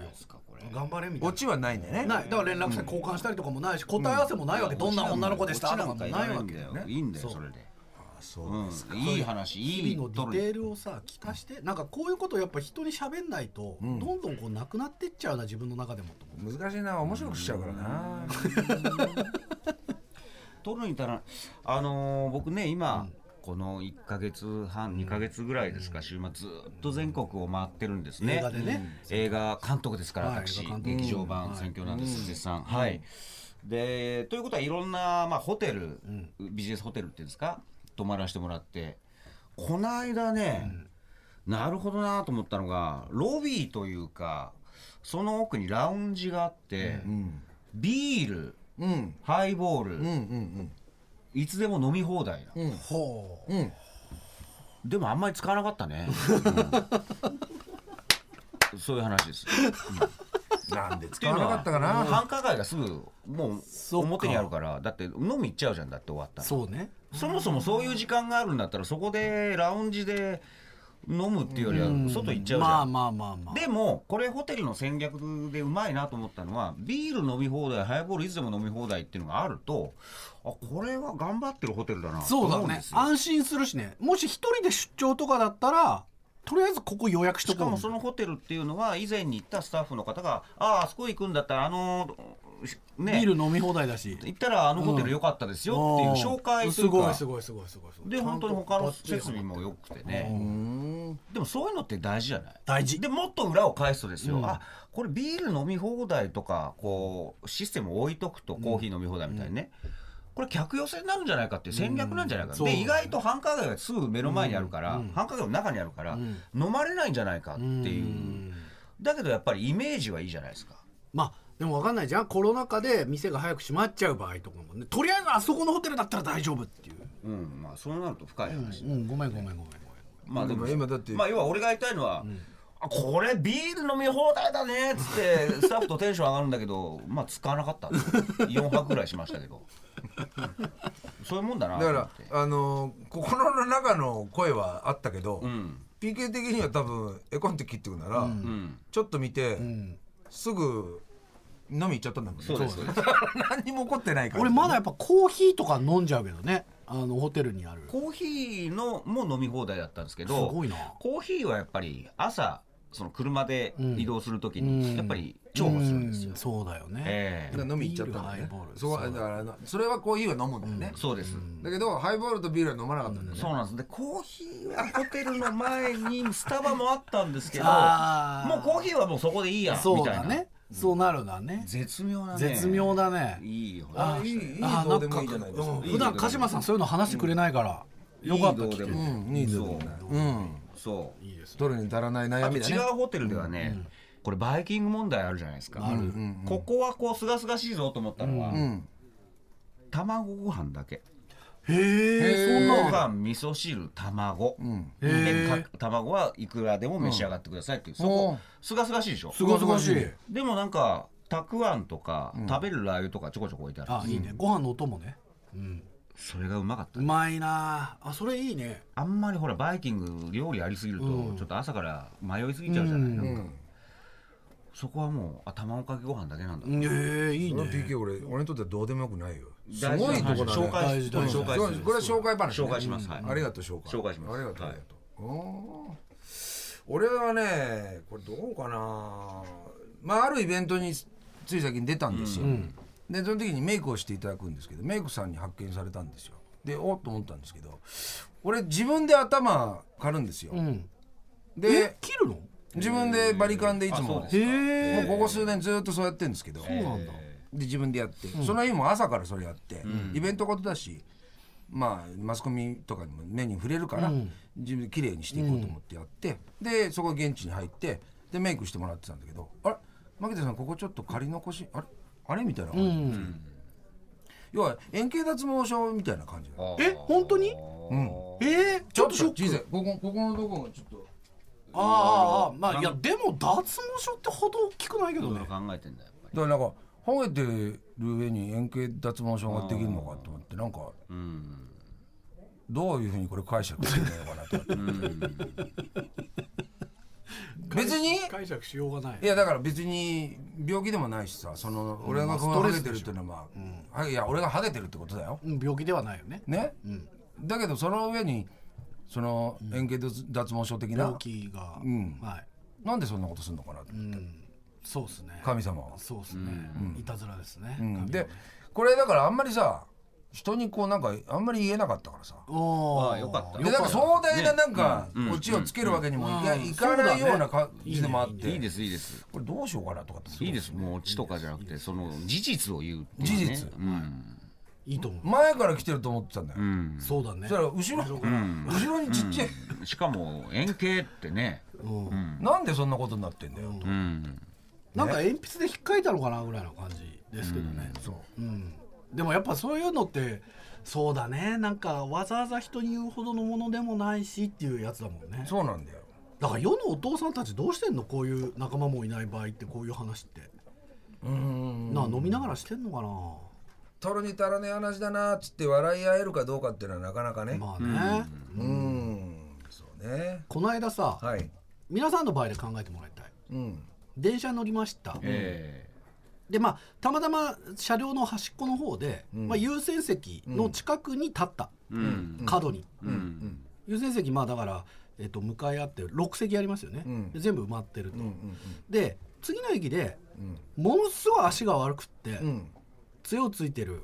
[SPEAKER 1] 頑張れみ
[SPEAKER 2] う
[SPEAKER 1] たい
[SPEAKER 2] オチはないんだよね
[SPEAKER 1] なないだから連絡先交換したりとかもないし答え合わせもないわけどんな女の子でしたとかもないわけ
[SPEAKER 3] いいんだよそれで
[SPEAKER 2] そう
[SPEAKER 3] うんいい話い
[SPEAKER 1] 日
[SPEAKER 3] い
[SPEAKER 1] 々のディテールをさ聞かしてなんかこういうことをやっぱ人に喋んないとどんどんこうなくなってっちゃうな自分の中でもと思って
[SPEAKER 2] 難しいな面白くしちゃうからな
[SPEAKER 3] 取るに足らないあのー僕ね今、この1か月半2か月ぐらいですか週末ずっと全国を回ってるんですね
[SPEAKER 1] 映画でね
[SPEAKER 3] 映画監督ですから
[SPEAKER 1] はい
[SPEAKER 3] 私
[SPEAKER 1] 映画監督
[SPEAKER 3] 劇場版選挙なんです絶賛はいでということはいろんなまあホテルビジネスホテルっていうんですか泊まらせてもらってこの間ねなるほどなと思ったのがロビーというかその奥にラウンジがあってビール
[SPEAKER 2] うんうん
[SPEAKER 3] ハイボール、
[SPEAKER 2] うんうん
[SPEAKER 3] いつでも飲み放題な、
[SPEAKER 1] ほう
[SPEAKER 2] うん
[SPEAKER 3] でもあんまり 使わなかったね、うんそういう話です、
[SPEAKER 2] なんで
[SPEAKER 3] って
[SPEAKER 2] 使
[SPEAKER 3] いう
[SPEAKER 2] わな
[SPEAKER 3] のは
[SPEAKER 2] かったかな
[SPEAKER 3] 繁華街がすぐもう
[SPEAKER 1] そっか
[SPEAKER 3] 表にあるからだって飲み行っちゃうじゃんだって終わったら
[SPEAKER 1] そうね
[SPEAKER 3] そもそもそういう時間があるんだったらそこでラウンジで飲むっていうよりは
[SPEAKER 1] うん
[SPEAKER 3] 外行っちゃうじ
[SPEAKER 1] ま
[SPEAKER 3] ゃ
[SPEAKER 1] あ
[SPEAKER 3] ん。
[SPEAKER 1] まあまあまあ
[SPEAKER 3] でもこれホテルの戦略でうまいなと思ったのはビール飲み放題ハイボールいつでも飲み放題っていうのがあるとあこれは頑張ってるホテルだなと
[SPEAKER 1] そうだ
[SPEAKER 3] 思うん
[SPEAKER 1] ね
[SPEAKER 3] ですよ。
[SPEAKER 1] 安心するしねもし一人で出張とかだったらとりあえずここ予約しと
[SPEAKER 3] しか
[SPEAKER 1] こ
[SPEAKER 3] も
[SPEAKER 1] う
[SPEAKER 3] そのホテルっていうのは以前に行ったスタッフの方が「あああそこ行くんだったらあのしね
[SPEAKER 1] ビール飲み放題だし
[SPEAKER 3] 行ったらあのホテル良かったですよ」っていう紹介と
[SPEAKER 1] す
[SPEAKER 3] いう
[SPEAKER 1] ごい
[SPEAKER 3] か
[SPEAKER 1] すごいすごいすごいすごい
[SPEAKER 3] で
[SPEAKER 1] ちゃんと
[SPEAKER 3] 本当に他の設備も良くて
[SPEAKER 1] う
[SPEAKER 3] ねでもそういうのって大事じゃない
[SPEAKER 1] 大事
[SPEAKER 3] でもっと裏を返すとですよ、
[SPEAKER 1] うん
[SPEAKER 3] あこれビール飲み放題とかこうシステムを置いとくとコーヒー飲み放題みたいにね、これ客寄せになるんじゃないかっていう戦略なんじゃないか、
[SPEAKER 1] うんそうだ
[SPEAKER 3] で
[SPEAKER 1] ね
[SPEAKER 3] 意外と繁華街がすぐ目の前にあるから、
[SPEAKER 1] うん
[SPEAKER 3] 繁華街の中にあるから、
[SPEAKER 1] うん
[SPEAKER 3] 飲まれないんじゃないかっていう、
[SPEAKER 1] ん
[SPEAKER 3] だけどやっぱりイメージはいいじゃないですか
[SPEAKER 1] まあでも分かんないじゃんコロナ禍で店が早く閉まっちゃう場合とかもねとりあえずあそこのホテルだったら大丈夫っていう、
[SPEAKER 3] うんまあそうなると深い話、
[SPEAKER 1] うん、ごめんごめんごめんごめん
[SPEAKER 3] まあでも
[SPEAKER 2] でも今だって
[SPEAKER 3] まあ要は俺が言いたいのは、あこれビール飲み放題だねっつってスタッフとテンション上がるんだけどまあ使わなかった4泊ぐらいしましたけどそういうもんだな
[SPEAKER 2] だ
[SPEAKER 3] と
[SPEAKER 2] か
[SPEAKER 3] 思
[SPEAKER 2] ら
[SPEAKER 3] って
[SPEAKER 2] あの心の中の声はあったけど、
[SPEAKER 3] うん
[SPEAKER 2] PK 的には多分絵コンテ切ってくなら、
[SPEAKER 3] うん
[SPEAKER 2] ちょっと見て、
[SPEAKER 1] ん
[SPEAKER 2] すぐ飲み行っちゃったんだもんね
[SPEAKER 3] そうですそうです
[SPEAKER 2] 何にも起こってないから
[SPEAKER 1] 俺まだやっぱコーヒーとか飲んじゃうけどねあのホテルにある
[SPEAKER 3] コーヒーのも飲み放題だったんですけど
[SPEAKER 1] すごいな
[SPEAKER 3] コーヒーはやっぱり朝その車で移動するとき
[SPEAKER 1] うん
[SPEAKER 3] にやっぱり重宝するんですよ、
[SPEAKER 1] うそうだよね、
[SPEAKER 3] ええ
[SPEAKER 2] だから飲み行っちゃったんだ
[SPEAKER 1] ビール
[SPEAKER 2] ね
[SPEAKER 1] ハイボール
[SPEAKER 2] そこ
[SPEAKER 1] そ
[SPEAKER 2] はだ
[SPEAKER 1] うだ
[SPEAKER 2] からあのそれはコーヒーは飲むんだよね、
[SPEAKER 3] そうです、
[SPEAKER 2] だけどハイボールとビールは飲まなかったんだよね、
[SPEAKER 3] そうなんですでコーヒーはホテルの前にスタバもあったんですけど
[SPEAKER 1] あー
[SPEAKER 3] もうコーヒーはもうそこでいいや
[SPEAKER 1] そ
[SPEAKER 3] み
[SPEAKER 1] う
[SPEAKER 3] たい
[SPEAKER 1] だ
[SPEAKER 3] な、
[SPEAKER 1] ねそうなるだね
[SPEAKER 3] 絶妙なね
[SPEAKER 1] 絶妙だね
[SPEAKER 3] いいよ
[SPEAKER 2] あいいいい
[SPEAKER 1] あ
[SPEAKER 2] どうでもいいじゃないです
[SPEAKER 1] うん
[SPEAKER 2] か
[SPEAKER 1] 普段鹿島さんそういうの話してくれないから、よかった聞
[SPEAKER 3] いいどう
[SPEAKER 1] け
[SPEAKER 3] で
[SPEAKER 1] て
[SPEAKER 3] も
[SPEAKER 2] うんいいぞ
[SPEAKER 3] そう
[SPEAKER 2] うん
[SPEAKER 3] そう
[SPEAKER 2] 取るに足らない悩
[SPEAKER 3] あと
[SPEAKER 2] みだね
[SPEAKER 3] 違うホテルではね、これバイキング問題あるじゃないですか、
[SPEAKER 1] ある
[SPEAKER 3] ここはこうすがすがしいぞと思ったのは、
[SPEAKER 2] うん
[SPEAKER 3] 卵ご飯だけ
[SPEAKER 1] へえそん
[SPEAKER 3] ご
[SPEAKER 1] なの
[SPEAKER 3] 飯味噌汁卵、
[SPEAKER 2] ん
[SPEAKER 3] で
[SPEAKER 1] へ
[SPEAKER 3] か卵はいくらでも召し上がってくださいっていう、そこすがすがしいでしょ
[SPEAKER 1] すごすごしい
[SPEAKER 3] でもなんかたくあんとか、食べるラー油とかちょこちょこ置いてあるん
[SPEAKER 1] あ
[SPEAKER 3] です
[SPEAKER 1] いいねご飯のお供ね
[SPEAKER 3] それがうまかった
[SPEAKER 1] うまいなあそれいいね
[SPEAKER 3] あんまりほらバイキング料理ありすぎると、ちょっと朝から迷いすぎちゃうじゃない、なんかそこはもうあ卵かけご飯だけなんだ、
[SPEAKER 1] へえいい
[SPEAKER 2] その
[SPEAKER 1] ね
[SPEAKER 2] PK 俺俺にとってはどうでもよくないよす
[SPEAKER 3] 大事
[SPEAKER 2] ご
[SPEAKER 3] ない
[SPEAKER 2] とこだね
[SPEAKER 3] 紹介
[SPEAKER 1] 大
[SPEAKER 3] し
[SPEAKER 1] 事大事
[SPEAKER 3] 紹介
[SPEAKER 2] そう
[SPEAKER 3] する
[SPEAKER 2] これは紹介話、ね、
[SPEAKER 3] 紹介しますはい
[SPEAKER 2] ありがとう紹介
[SPEAKER 3] 紹介します
[SPEAKER 2] ありがとう、
[SPEAKER 3] はい
[SPEAKER 2] ありがとうおー俺はねこれどうかなまああるイベントについ最近出たんですよ、でその時にメイクをしていただくんですけどメイクさんに発見されたんですよでおっと思ったんですけど俺自分で頭刈るんですよ、
[SPEAKER 1] んえ
[SPEAKER 2] で
[SPEAKER 1] 切るの
[SPEAKER 2] 自分でバリカンでいつ
[SPEAKER 3] あそう
[SPEAKER 2] も
[SPEAKER 3] で
[SPEAKER 1] へ
[SPEAKER 3] す
[SPEAKER 2] もう
[SPEAKER 1] え
[SPEAKER 2] ここ数年ずっとそうやってるんですけどそう
[SPEAKER 1] なんだ
[SPEAKER 2] で自分でやって、その日も朝からそれやって、イベントことだしまあマスコミとかにも目に触れるから、自分で綺麗にしていこうと思ってやって、でそこ現地に入ってでメイクしてもらってたんだけどあれ牧田さんここちょっと借り残しあれあれみたいな感じ、要は円形脱毛症みたいな感じだ
[SPEAKER 1] え本当に
[SPEAKER 2] うん
[SPEAKER 1] えー、ちょっとショック
[SPEAKER 2] 小さいここここのとこがちょっと
[SPEAKER 1] ああああまあいやでも脱毛症ってほど大きくないけど
[SPEAKER 3] どうい
[SPEAKER 1] ね
[SPEAKER 3] うの考えてんだよやっぱり
[SPEAKER 2] だからなんかハゲてる上に円形脱毛症ができるのかと思ってなんか
[SPEAKER 3] うん
[SPEAKER 2] どういうふうにこれ解釈してるのかなと思って別に
[SPEAKER 1] 解釈しようがない
[SPEAKER 2] いやだから別に病気でもないしさその俺がこうハゲてるっていうのはまあ、いや俺がハゲてるってことだよ
[SPEAKER 1] うん病気ではないよね
[SPEAKER 2] ね、だけどその上にその円形脱毛症的な
[SPEAKER 1] 病気が、
[SPEAKER 2] ん
[SPEAKER 1] はい
[SPEAKER 2] なんでそんなことするのかなと、
[SPEAKER 1] そうっすね
[SPEAKER 2] 神様は、
[SPEAKER 1] そうっすね、いたずらですね、
[SPEAKER 2] うんでこれだからあんまりさ人にこうなんかあんまり言えなかったからさ
[SPEAKER 1] おー
[SPEAKER 3] ああよかった
[SPEAKER 2] でなんか壮大ななんか
[SPEAKER 3] ねうん
[SPEAKER 2] オチをつけるわけにもいか,、
[SPEAKER 1] うん
[SPEAKER 2] いかないような感
[SPEAKER 1] いい
[SPEAKER 2] じ
[SPEAKER 1] ね
[SPEAKER 2] でもあって
[SPEAKER 3] いいですいいです
[SPEAKER 2] これどうしようかなとかって思って
[SPEAKER 3] いいですもうオチとかじゃなくてその事実を言うっていう、ね、
[SPEAKER 2] 事実
[SPEAKER 3] うん、
[SPEAKER 1] いいと思う、
[SPEAKER 2] 前から来てると思ってたんだよ、
[SPEAKER 3] うん
[SPEAKER 1] そうだね
[SPEAKER 2] そしたら後ろ、後ろにちっちゃい、
[SPEAKER 3] しかも円形ってね
[SPEAKER 1] うん
[SPEAKER 2] なんでそんなことになってんだよと、
[SPEAKER 3] うん
[SPEAKER 1] なんか鉛筆で引っかいたのかなぐらいの感じですけどね、
[SPEAKER 2] そう
[SPEAKER 1] うんでもやっぱそういうのってそうだねなんかわざわざ人に言うほどのものでもないしっていうやつだもんね
[SPEAKER 2] そうなんだよ
[SPEAKER 1] だから世のお父さんたちどうしてんのこういう仲間もいない場合ってこういう話って
[SPEAKER 2] うん
[SPEAKER 1] な飲みながらしてんのかな
[SPEAKER 2] 取るに足らねえ話だなっつって笑い合えるかどうかっていうのはなかなかね、
[SPEAKER 1] まあね、
[SPEAKER 2] うんそうね
[SPEAKER 1] この間さ、
[SPEAKER 2] はい
[SPEAKER 1] 皆さんの場合で考えてもらいたい
[SPEAKER 2] うん
[SPEAKER 1] 電車に乗りました、
[SPEAKER 3] え
[SPEAKER 1] でまあたまたま車両の端っこの方で、まあ、優先席の近くに立った、
[SPEAKER 3] えうん
[SPEAKER 1] 角に、
[SPEAKER 3] うん
[SPEAKER 1] 優先席まあだから、えっと向かい合って6席ありますよね、
[SPEAKER 2] うん
[SPEAKER 1] で全部埋まってると、
[SPEAKER 2] うん
[SPEAKER 1] で次の駅で
[SPEAKER 2] うん
[SPEAKER 1] ものすごい足が悪くって、
[SPEAKER 2] うんうん
[SPEAKER 1] 杖をついてる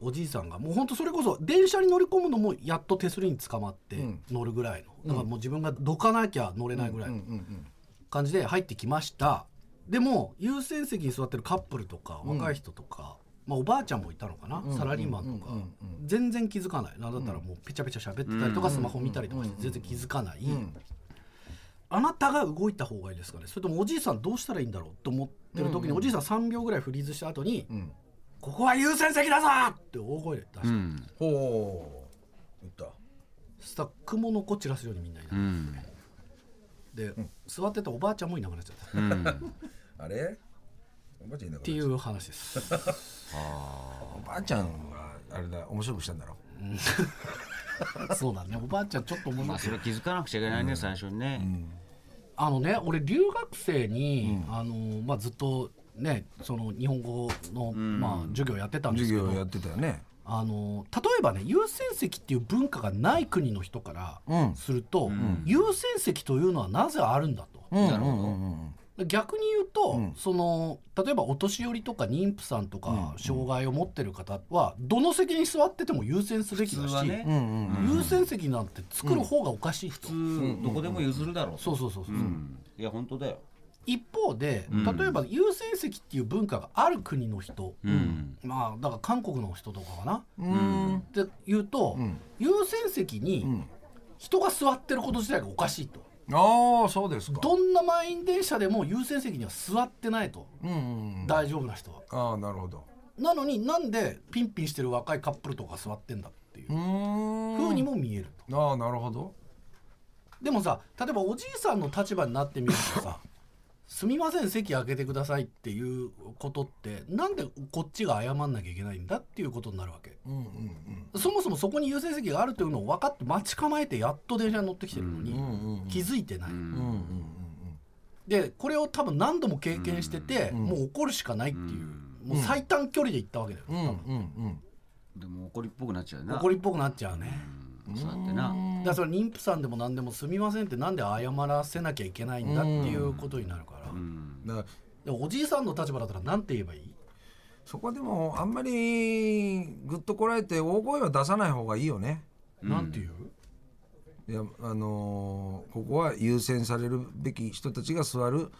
[SPEAKER 1] おじいさんがもうほんとそれこそ電車に乗り込むのもやっと手すりに捕まって
[SPEAKER 2] うん
[SPEAKER 1] 乗るぐらいの、だからもう自分がどかなきゃ乗れないぐらい
[SPEAKER 2] うんう
[SPEAKER 1] の
[SPEAKER 2] ん
[SPEAKER 1] 感じで入ってきましたでも優先席に座ってるカップルとか
[SPEAKER 2] うん
[SPEAKER 1] 若い人とか、まあ、おばあちゃんもいたのかな、
[SPEAKER 2] うん
[SPEAKER 1] サラリーマンとか、
[SPEAKER 2] うんうんうん
[SPEAKER 1] 全然気づかないなんだったらもうペチャペチャ喋ってたりとか、
[SPEAKER 2] うん
[SPEAKER 1] スマホ見たりとかして全然気づかない、
[SPEAKER 2] うんうん
[SPEAKER 1] あなたが動いた方がいいですかねそれともおじいさんどうしたらいいんだろうと思ってる時に、おじいさん3秒ぐらいフリーズした後に「
[SPEAKER 2] うん
[SPEAKER 1] ここは優先席だぞ!」って大声で出
[SPEAKER 3] う
[SPEAKER 1] し
[SPEAKER 3] ん
[SPEAKER 2] ほう言った
[SPEAKER 1] スタックものこ散らすようにみんないな
[SPEAKER 3] う、ん
[SPEAKER 1] で、座ってたおばあちゃんもいなくなっちゃった、っ
[SPEAKER 3] うん
[SPEAKER 2] あれおばあちゃんいなく
[SPEAKER 1] てい
[SPEAKER 2] なっちゃ
[SPEAKER 1] う話です
[SPEAKER 2] ったおばあちゃんはあれだ面白くしたんだろ
[SPEAKER 1] そうだねおばあちゃんちょっと面
[SPEAKER 3] ま
[SPEAKER 1] 白
[SPEAKER 3] あ
[SPEAKER 1] い
[SPEAKER 3] それ気づかなくちゃいけないね最初にね
[SPEAKER 1] あのね俺留学生に、あのまあ、ずっとねその日本語の、まあ、授業やってたんです
[SPEAKER 2] 授
[SPEAKER 1] け
[SPEAKER 2] 業
[SPEAKER 1] ど
[SPEAKER 2] やってたよね
[SPEAKER 1] あの例えばね優先席っていう文化がない国の人から
[SPEAKER 2] うん
[SPEAKER 1] すると、優先席というのはなぜあるんだと。
[SPEAKER 2] なるほど
[SPEAKER 1] 逆に言うと、
[SPEAKER 2] うん
[SPEAKER 1] その例えばお年寄りとか妊婦さんとか障害を持ってる方はどの席に座ってても優先すべきだ
[SPEAKER 3] 普
[SPEAKER 1] し、
[SPEAKER 3] 通はね
[SPEAKER 2] うんうん
[SPEAKER 1] 優先席なんて作る方がおかしいと、
[SPEAKER 3] 普通どこでも譲るだろう
[SPEAKER 1] そうそうそうそう、
[SPEAKER 3] うんいや本当だよ
[SPEAKER 1] 一方で、
[SPEAKER 3] ん
[SPEAKER 1] 例えば優先席っていう文化がある国の人、
[SPEAKER 3] うん
[SPEAKER 1] まあだから韓国の人とかかな
[SPEAKER 2] うん
[SPEAKER 1] って言うと、
[SPEAKER 2] ん
[SPEAKER 1] 優先席に
[SPEAKER 2] ん
[SPEAKER 1] 人が座ってること自体がおかしいと、
[SPEAKER 2] ああそうですか
[SPEAKER 1] どんな満員電車でも優先席には座ってないと、
[SPEAKER 2] うんうんうん
[SPEAKER 1] 大丈夫な人は。
[SPEAKER 2] ああなるほど
[SPEAKER 1] なのになんでピンピンしてる若いカップルとかが座ってんだっていう
[SPEAKER 2] うーん
[SPEAKER 1] 風にも見えると、
[SPEAKER 2] ああなるほど
[SPEAKER 1] でもさ例えばおじいさんの立場になってみるとさ「すみません席開けてください」っていうことってなんでこっちが謝んなきゃいけないんだっていうことになるわけ
[SPEAKER 2] うんうん
[SPEAKER 1] そもそもそこに優先席があるというのを分かって待ち構えてやっと電車に乗ってきてるのに、
[SPEAKER 2] うんうんうん
[SPEAKER 1] 気づいてない、
[SPEAKER 2] うんうんうん
[SPEAKER 1] でこれを多分何度も経験してて、もう怒るしかないっていう、もう最短距離で行ったわけだよ、
[SPEAKER 2] うんうんうん
[SPEAKER 3] でも怒りっぽくなっちゃうな
[SPEAKER 1] 怒りっぽくなっちゃうね、
[SPEAKER 3] りそうやってな
[SPEAKER 1] だからそれ妊婦さんでも何でも「すみません」ってなんで謝らせなきゃいけないんだっていうことになるから、
[SPEAKER 3] うん
[SPEAKER 2] だから
[SPEAKER 1] でもおじいさんの立場だったら何て言えばいい
[SPEAKER 2] そこでもあんまりグッとこらえて大声は出さない方がいいよね
[SPEAKER 1] なんて言う、
[SPEAKER 2] いやあのーここは優先されるべき人たちが座る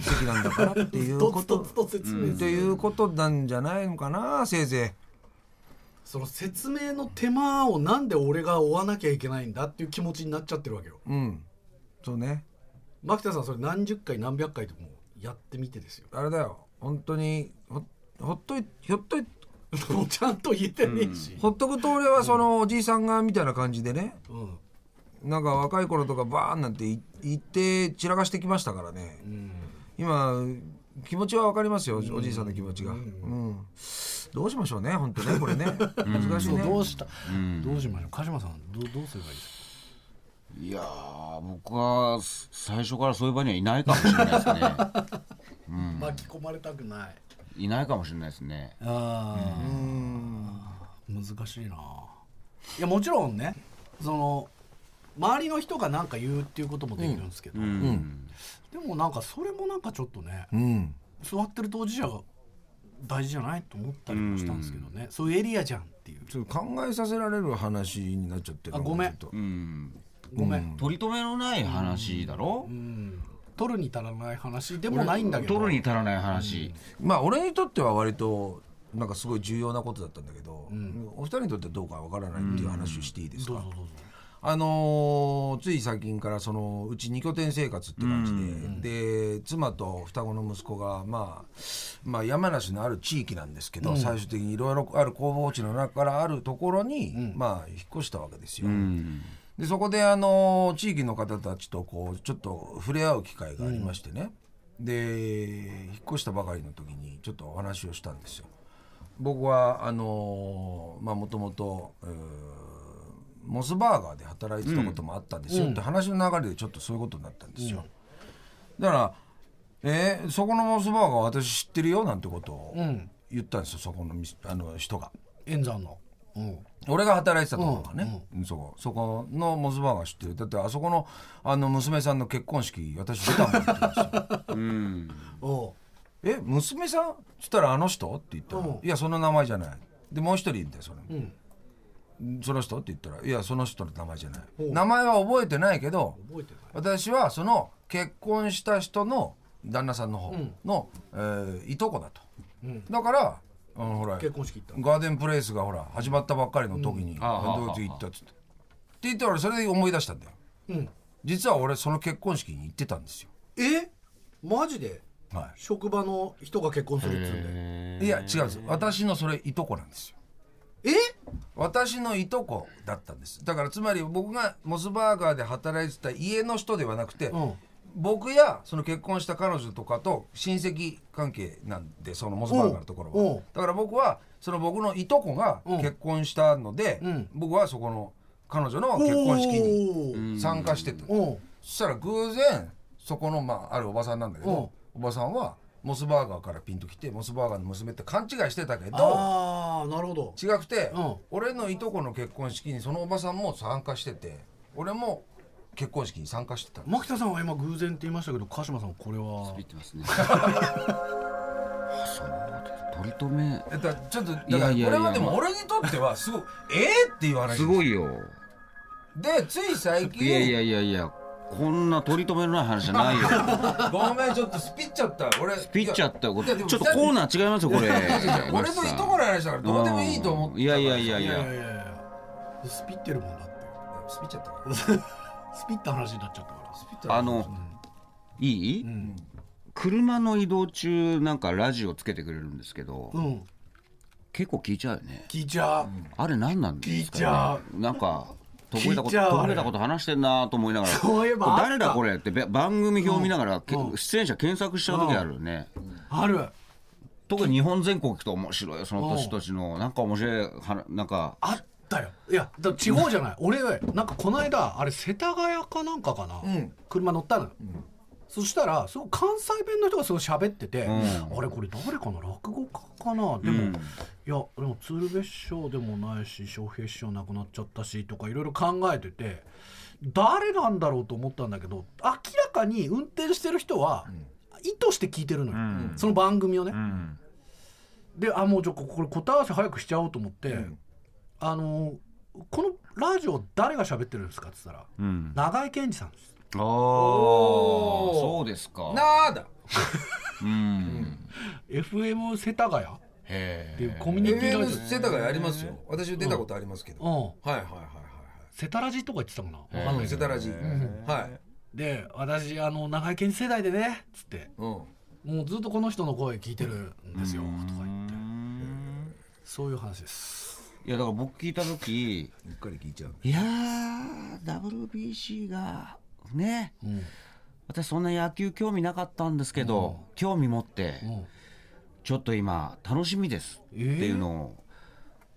[SPEAKER 2] 席なんだからっていう
[SPEAKER 1] と
[SPEAKER 2] こ
[SPEAKER 1] つと
[SPEAKER 2] と
[SPEAKER 1] つと説明
[SPEAKER 2] っ
[SPEAKER 1] す
[SPEAKER 2] て
[SPEAKER 1] る、
[SPEAKER 2] いうことなんじゃないのかなせいぜ
[SPEAKER 1] その説明の手間をなんで俺が追わなきゃいけないんだっていう気持ちになっちゃってるわけよ
[SPEAKER 2] いうんそうね
[SPEAKER 1] 牧田さんそれ何十回何百回ともやってみてですよ
[SPEAKER 2] あれだよ本当にほほっといひょっとい
[SPEAKER 1] もうちゃんと言えてねえし、
[SPEAKER 2] ほっとくと俺はそのおじいさんがみたいな感じでね
[SPEAKER 1] うん
[SPEAKER 2] なんか若い頃とかバーンなんてい言って散らかしてきましたからね、今気持ちはわかりますよ、おじいさんの気持ちが、うんどうしましょうね本当ねこれね難しい
[SPEAKER 1] そう
[SPEAKER 2] ね
[SPEAKER 1] どうした、どうしましょう鹿島さんどうどうすればいいですか
[SPEAKER 3] いやー僕はす最初からそういう場にはいないかもしれないですね
[SPEAKER 1] 巻き込まれたくない
[SPEAKER 3] いないかもしれないですね
[SPEAKER 1] あー難しいないやもちろんねその周りの人が何か言うっていうこともできるんですけど、
[SPEAKER 3] うん
[SPEAKER 1] でもなんかそれもなんかちょっとね
[SPEAKER 2] うん
[SPEAKER 1] 座ってる当事者が大事じゃないと思ったりもしたんですけどね、そういうエリアじゃんっていう
[SPEAKER 2] ちょっと考えさせられる話になっちゃってる
[SPEAKER 1] あごめん
[SPEAKER 2] ちょっと
[SPEAKER 3] うん
[SPEAKER 1] ごめん、
[SPEAKER 3] 取り留めのない話だろ
[SPEAKER 1] 取るに足らない話でもないんだけど
[SPEAKER 3] 取るに足らない話
[SPEAKER 2] まあ俺にとっては割となんかすごい重要なことだったんだけど、お二人にとってはどうかわからないっていう話をしていいですか、
[SPEAKER 1] どうぞどうぞ
[SPEAKER 2] あのーつい最近からそのうち2拠点生活って感じで、で妻と双子の息子が、まあ、まあ山梨のある地域なんですけど、最終的にいろいろある工房地の中からあるところに、まあ引っ越したわけですよ。
[SPEAKER 3] うん
[SPEAKER 2] でそこであの地域の方たちとこうちょっと触れ合う機会がありましてね、で引っ越したばかりの時にちょっとお話をしたんですよ。僕はあのーまあもともとうーモスバーガーで働いてたこともあったんですよ、って話の流れでちょっとそういうことになったんですよ。だから「えーそこのモスバーガー私知ってるよ」なんてことを
[SPEAKER 1] うん
[SPEAKER 2] 言ったんですよそこのみあの人が。
[SPEAKER 1] 円山のうん
[SPEAKER 2] 俺が働いてたところがね、そこそこのモスバーガー知ってるだってあそこのあの娘さんの結婚式私出たもんって言うんですよ
[SPEAKER 3] うん
[SPEAKER 1] おう
[SPEAKER 2] え娘さんっつったらあの人って言った
[SPEAKER 1] う
[SPEAKER 2] ら、
[SPEAKER 1] ん
[SPEAKER 2] いやその名前じゃないでもう一人いてそれ、その人って言ったらいやその人の名前じゃない名前は覚えてないけど
[SPEAKER 1] 覚えてない
[SPEAKER 2] 私はその結婚した人の旦那さんの方の、えーいとこだと、だからあのほら
[SPEAKER 1] 結婚式行った
[SPEAKER 2] ガーデンプレイスがほら始まったばっかりの時に
[SPEAKER 3] ああ
[SPEAKER 2] ドイツ行ったっつって。って言ったら俺それで思い出したんだよ。
[SPEAKER 1] うん
[SPEAKER 2] 実は俺その結婚式に行ってたんですよ。
[SPEAKER 1] えマジで
[SPEAKER 2] は
[SPEAKER 1] 職場の人が結婚するっつうんで
[SPEAKER 2] い。いや違うんですよ。私のそれいとこなんですよ。
[SPEAKER 1] え
[SPEAKER 2] 私のいとこだったんです。だからつまり僕がモスバーガーで働いてた家の人ではなくて、
[SPEAKER 1] うん
[SPEAKER 2] 僕やその結婚した彼女とかと親戚関係なんでそのモスバーガーのところ
[SPEAKER 1] おうお
[SPEAKER 2] は
[SPEAKER 1] う
[SPEAKER 2] だから僕はその僕のいとこが
[SPEAKER 1] うん
[SPEAKER 2] 結婚したので、
[SPEAKER 1] うん
[SPEAKER 2] 僕はそこの彼女の結婚式に
[SPEAKER 1] に
[SPEAKER 2] 参加しててそ
[SPEAKER 1] おう
[SPEAKER 2] したら偶然そこの、まあ、あるおばさんなんだけ
[SPEAKER 1] うん
[SPEAKER 2] どおばさんはモスバーガーからピンときてモスバーガーの娘って勘違いしてたけど
[SPEAKER 1] ああなるほど
[SPEAKER 2] 違くて、
[SPEAKER 1] うん
[SPEAKER 2] 俺のいとこの結婚式にそのおばさんも参加してて俺も結婚式に参加してたの
[SPEAKER 1] 牧田さんは今偶然って言いましたけど鹿島さんこれは
[SPEAKER 3] 言ってますねあそうだ取り留め
[SPEAKER 2] えだちょっとだか
[SPEAKER 3] いやいや
[SPEAKER 2] らこ
[SPEAKER 3] いや
[SPEAKER 2] れはでも俺にとってはすごいえーっていう話
[SPEAKER 3] すごいよ
[SPEAKER 2] でつい最近
[SPEAKER 3] いやいやいやいやこんな取り留めのない話じゃないよ
[SPEAKER 2] ごめんちょっとスピっちゃった俺ス
[SPEAKER 3] ピッちゃったよこ
[SPEAKER 2] いや
[SPEAKER 3] れ
[SPEAKER 2] い
[SPEAKER 3] ち
[SPEAKER 2] や
[SPEAKER 3] ょ
[SPEAKER 2] で
[SPEAKER 3] っ
[SPEAKER 2] も
[SPEAKER 3] とコーナー違いますよこれ
[SPEAKER 2] 俺のいとこの話だからどうでもいいと思って
[SPEAKER 3] いやいやいやい
[SPEAKER 1] い
[SPEAKER 3] や
[SPEAKER 1] やいやスピってるもんだって
[SPEAKER 2] スピっちゃったから
[SPEAKER 1] スピった話になっちゃったから
[SPEAKER 2] スピっちゃった
[SPEAKER 3] あのいい、
[SPEAKER 1] ん
[SPEAKER 3] 車の移動中なんかラジオつけてくれるんですけど、
[SPEAKER 1] うん
[SPEAKER 3] 結構聞いちゃうよね
[SPEAKER 1] 聞いちゃう
[SPEAKER 3] あれ何なんで
[SPEAKER 1] 聞い
[SPEAKER 3] すか、ね、
[SPEAKER 1] ちゃ
[SPEAKER 3] なんか途切れたこ
[SPEAKER 1] 聞いちゃう
[SPEAKER 3] と
[SPEAKER 1] あれ
[SPEAKER 3] 途切れたこと話してんなと思いながら
[SPEAKER 1] そういえばあった
[SPEAKER 3] 誰だこれってべ番組表見ながら、け
[SPEAKER 1] うん
[SPEAKER 3] 出演者検索しちゃう時あるよね、
[SPEAKER 1] ある
[SPEAKER 3] 特に日本全国行くと面白いよその年々のなんか面白い話なんか
[SPEAKER 1] あったよいやだ地方じゃない俺なんかこの間あれ世田谷かなんかかな、
[SPEAKER 2] ん
[SPEAKER 1] 車乗ったのよ、そしたらすごい関西弁の人がすごい喋ってて、
[SPEAKER 3] ん
[SPEAKER 1] あれこれ誰かな落語家かなでも、いやでも鶴瓶師匠でもないし笑瓶師匠亡くなっちゃったしとかいろいろ考えてて誰なんだろうと思ったんだけど明らかに運転してる人は意図して聞いてるのよ、
[SPEAKER 3] ん
[SPEAKER 1] その番組をね、
[SPEAKER 3] うん
[SPEAKER 1] であもうちょこれ答え合わせ早くしちゃおうと思って、
[SPEAKER 2] ん
[SPEAKER 1] あのこのラジオ誰が喋ってるんですかって言ったら
[SPEAKER 3] うん
[SPEAKER 1] 長井健二さんです
[SPEAKER 3] ああそうですか
[SPEAKER 2] なあだ
[SPEAKER 3] うん、
[SPEAKER 1] FM 世田谷っ
[SPEAKER 3] へ
[SPEAKER 1] てい
[SPEAKER 3] え
[SPEAKER 1] うコミュニティラ
[SPEAKER 2] FM
[SPEAKER 1] ジオ
[SPEAKER 2] 世田谷ありますよ私出たことありますけど、
[SPEAKER 1] う
[SPEAKER 2] はい
[SPEAKER 1] ん
[SPEAKER 2] はいはい
[SPEAKER 1] 世田ラジとか言ってたかな
[SPEAKER 2] はい
[SPEAKER 1] わかん
[SPEAKER 2] は
[SPEAKER 1] ないいけ
[SPEAKER 2] 世
[SPEAKER 1] ど
[SPEAKER 2] 田ラジはい
[SPEAKER 1] で私あの長井健二世代でねつって
[SPEAKER 2] うん
[SPEAKER 1] もうずっとこの人の声聞いてるんですよとか言ってそういう話です
[SPEAKER 3] いやだから僕聞いた時
[SPEAKER 2] うっかり聞いちゃう
[SPEAKER 3] いやー WBC がね、
[SPEAKER 1] ん
[SPEAKER 3] 私そんな野球興味なかったんですけど、興味持って、
[SPEAKER 1] ん
[SPEAKER 3] ちょっと今楽しみですっていうのを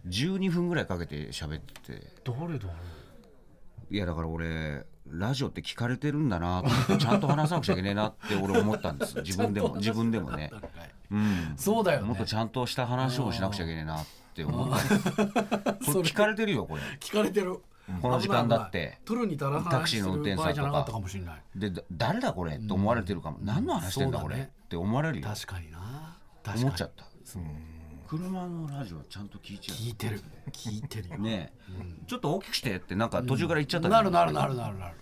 [SPEAKER 3] 12分ぐらいかけて喋ってて
[SPEAKER 1] どれどれ
[SPEAKER 3] いやだから俺ラジオって聞かれてるんだなと 思ってちゃんと話さなくちゃいけねえなって俺思った んです自分でも自分でもね、うん、
[SPEAKER 1] そうだよね
[SPEAKER 3] もっとちゃんとした話をしなくちゃいけねえなって思 ったんですこれ聞かれてるよこれ
[SPEAKER 1] 聞かれてる
[SPEAKER 3] この時間だって
[SPEAKER 1] 危ない危ない取るに足らない
[SPEAKER 3] タクシーの運転手さんとか
[SPEAKER 1] じゃなかったかもしれない
[SPEAKER 3] でだ誰だこれって思われてるかも、何の話してんだ
[SPEAKER 1] そ
[SPEAKER 3] こ
[SPEAKER 1] うだ
[SPEAKER 3] れ
[SPEAKER 1] ね
[SPEAKER 3] って思われるよ
[SPEAKER 1] 確かにな確
[SPEAKER 3] 思
[SPEAKER 1] か
[SPEAKER 3] っ
[SPEAKER 1] に
[SPEAKER 3] ちゃった車のラジオちゃんと聞いちゃ
[SPEAKER 1] 聞いてる聞いてるよ
[SPEAKER 3] うねえ、ちょっと大きくしてってなんか 途中から言っちゃった
[SPEAKER 1] なるなる
[SPEAKER 3] る
[SPEAKER 1] なるなるなる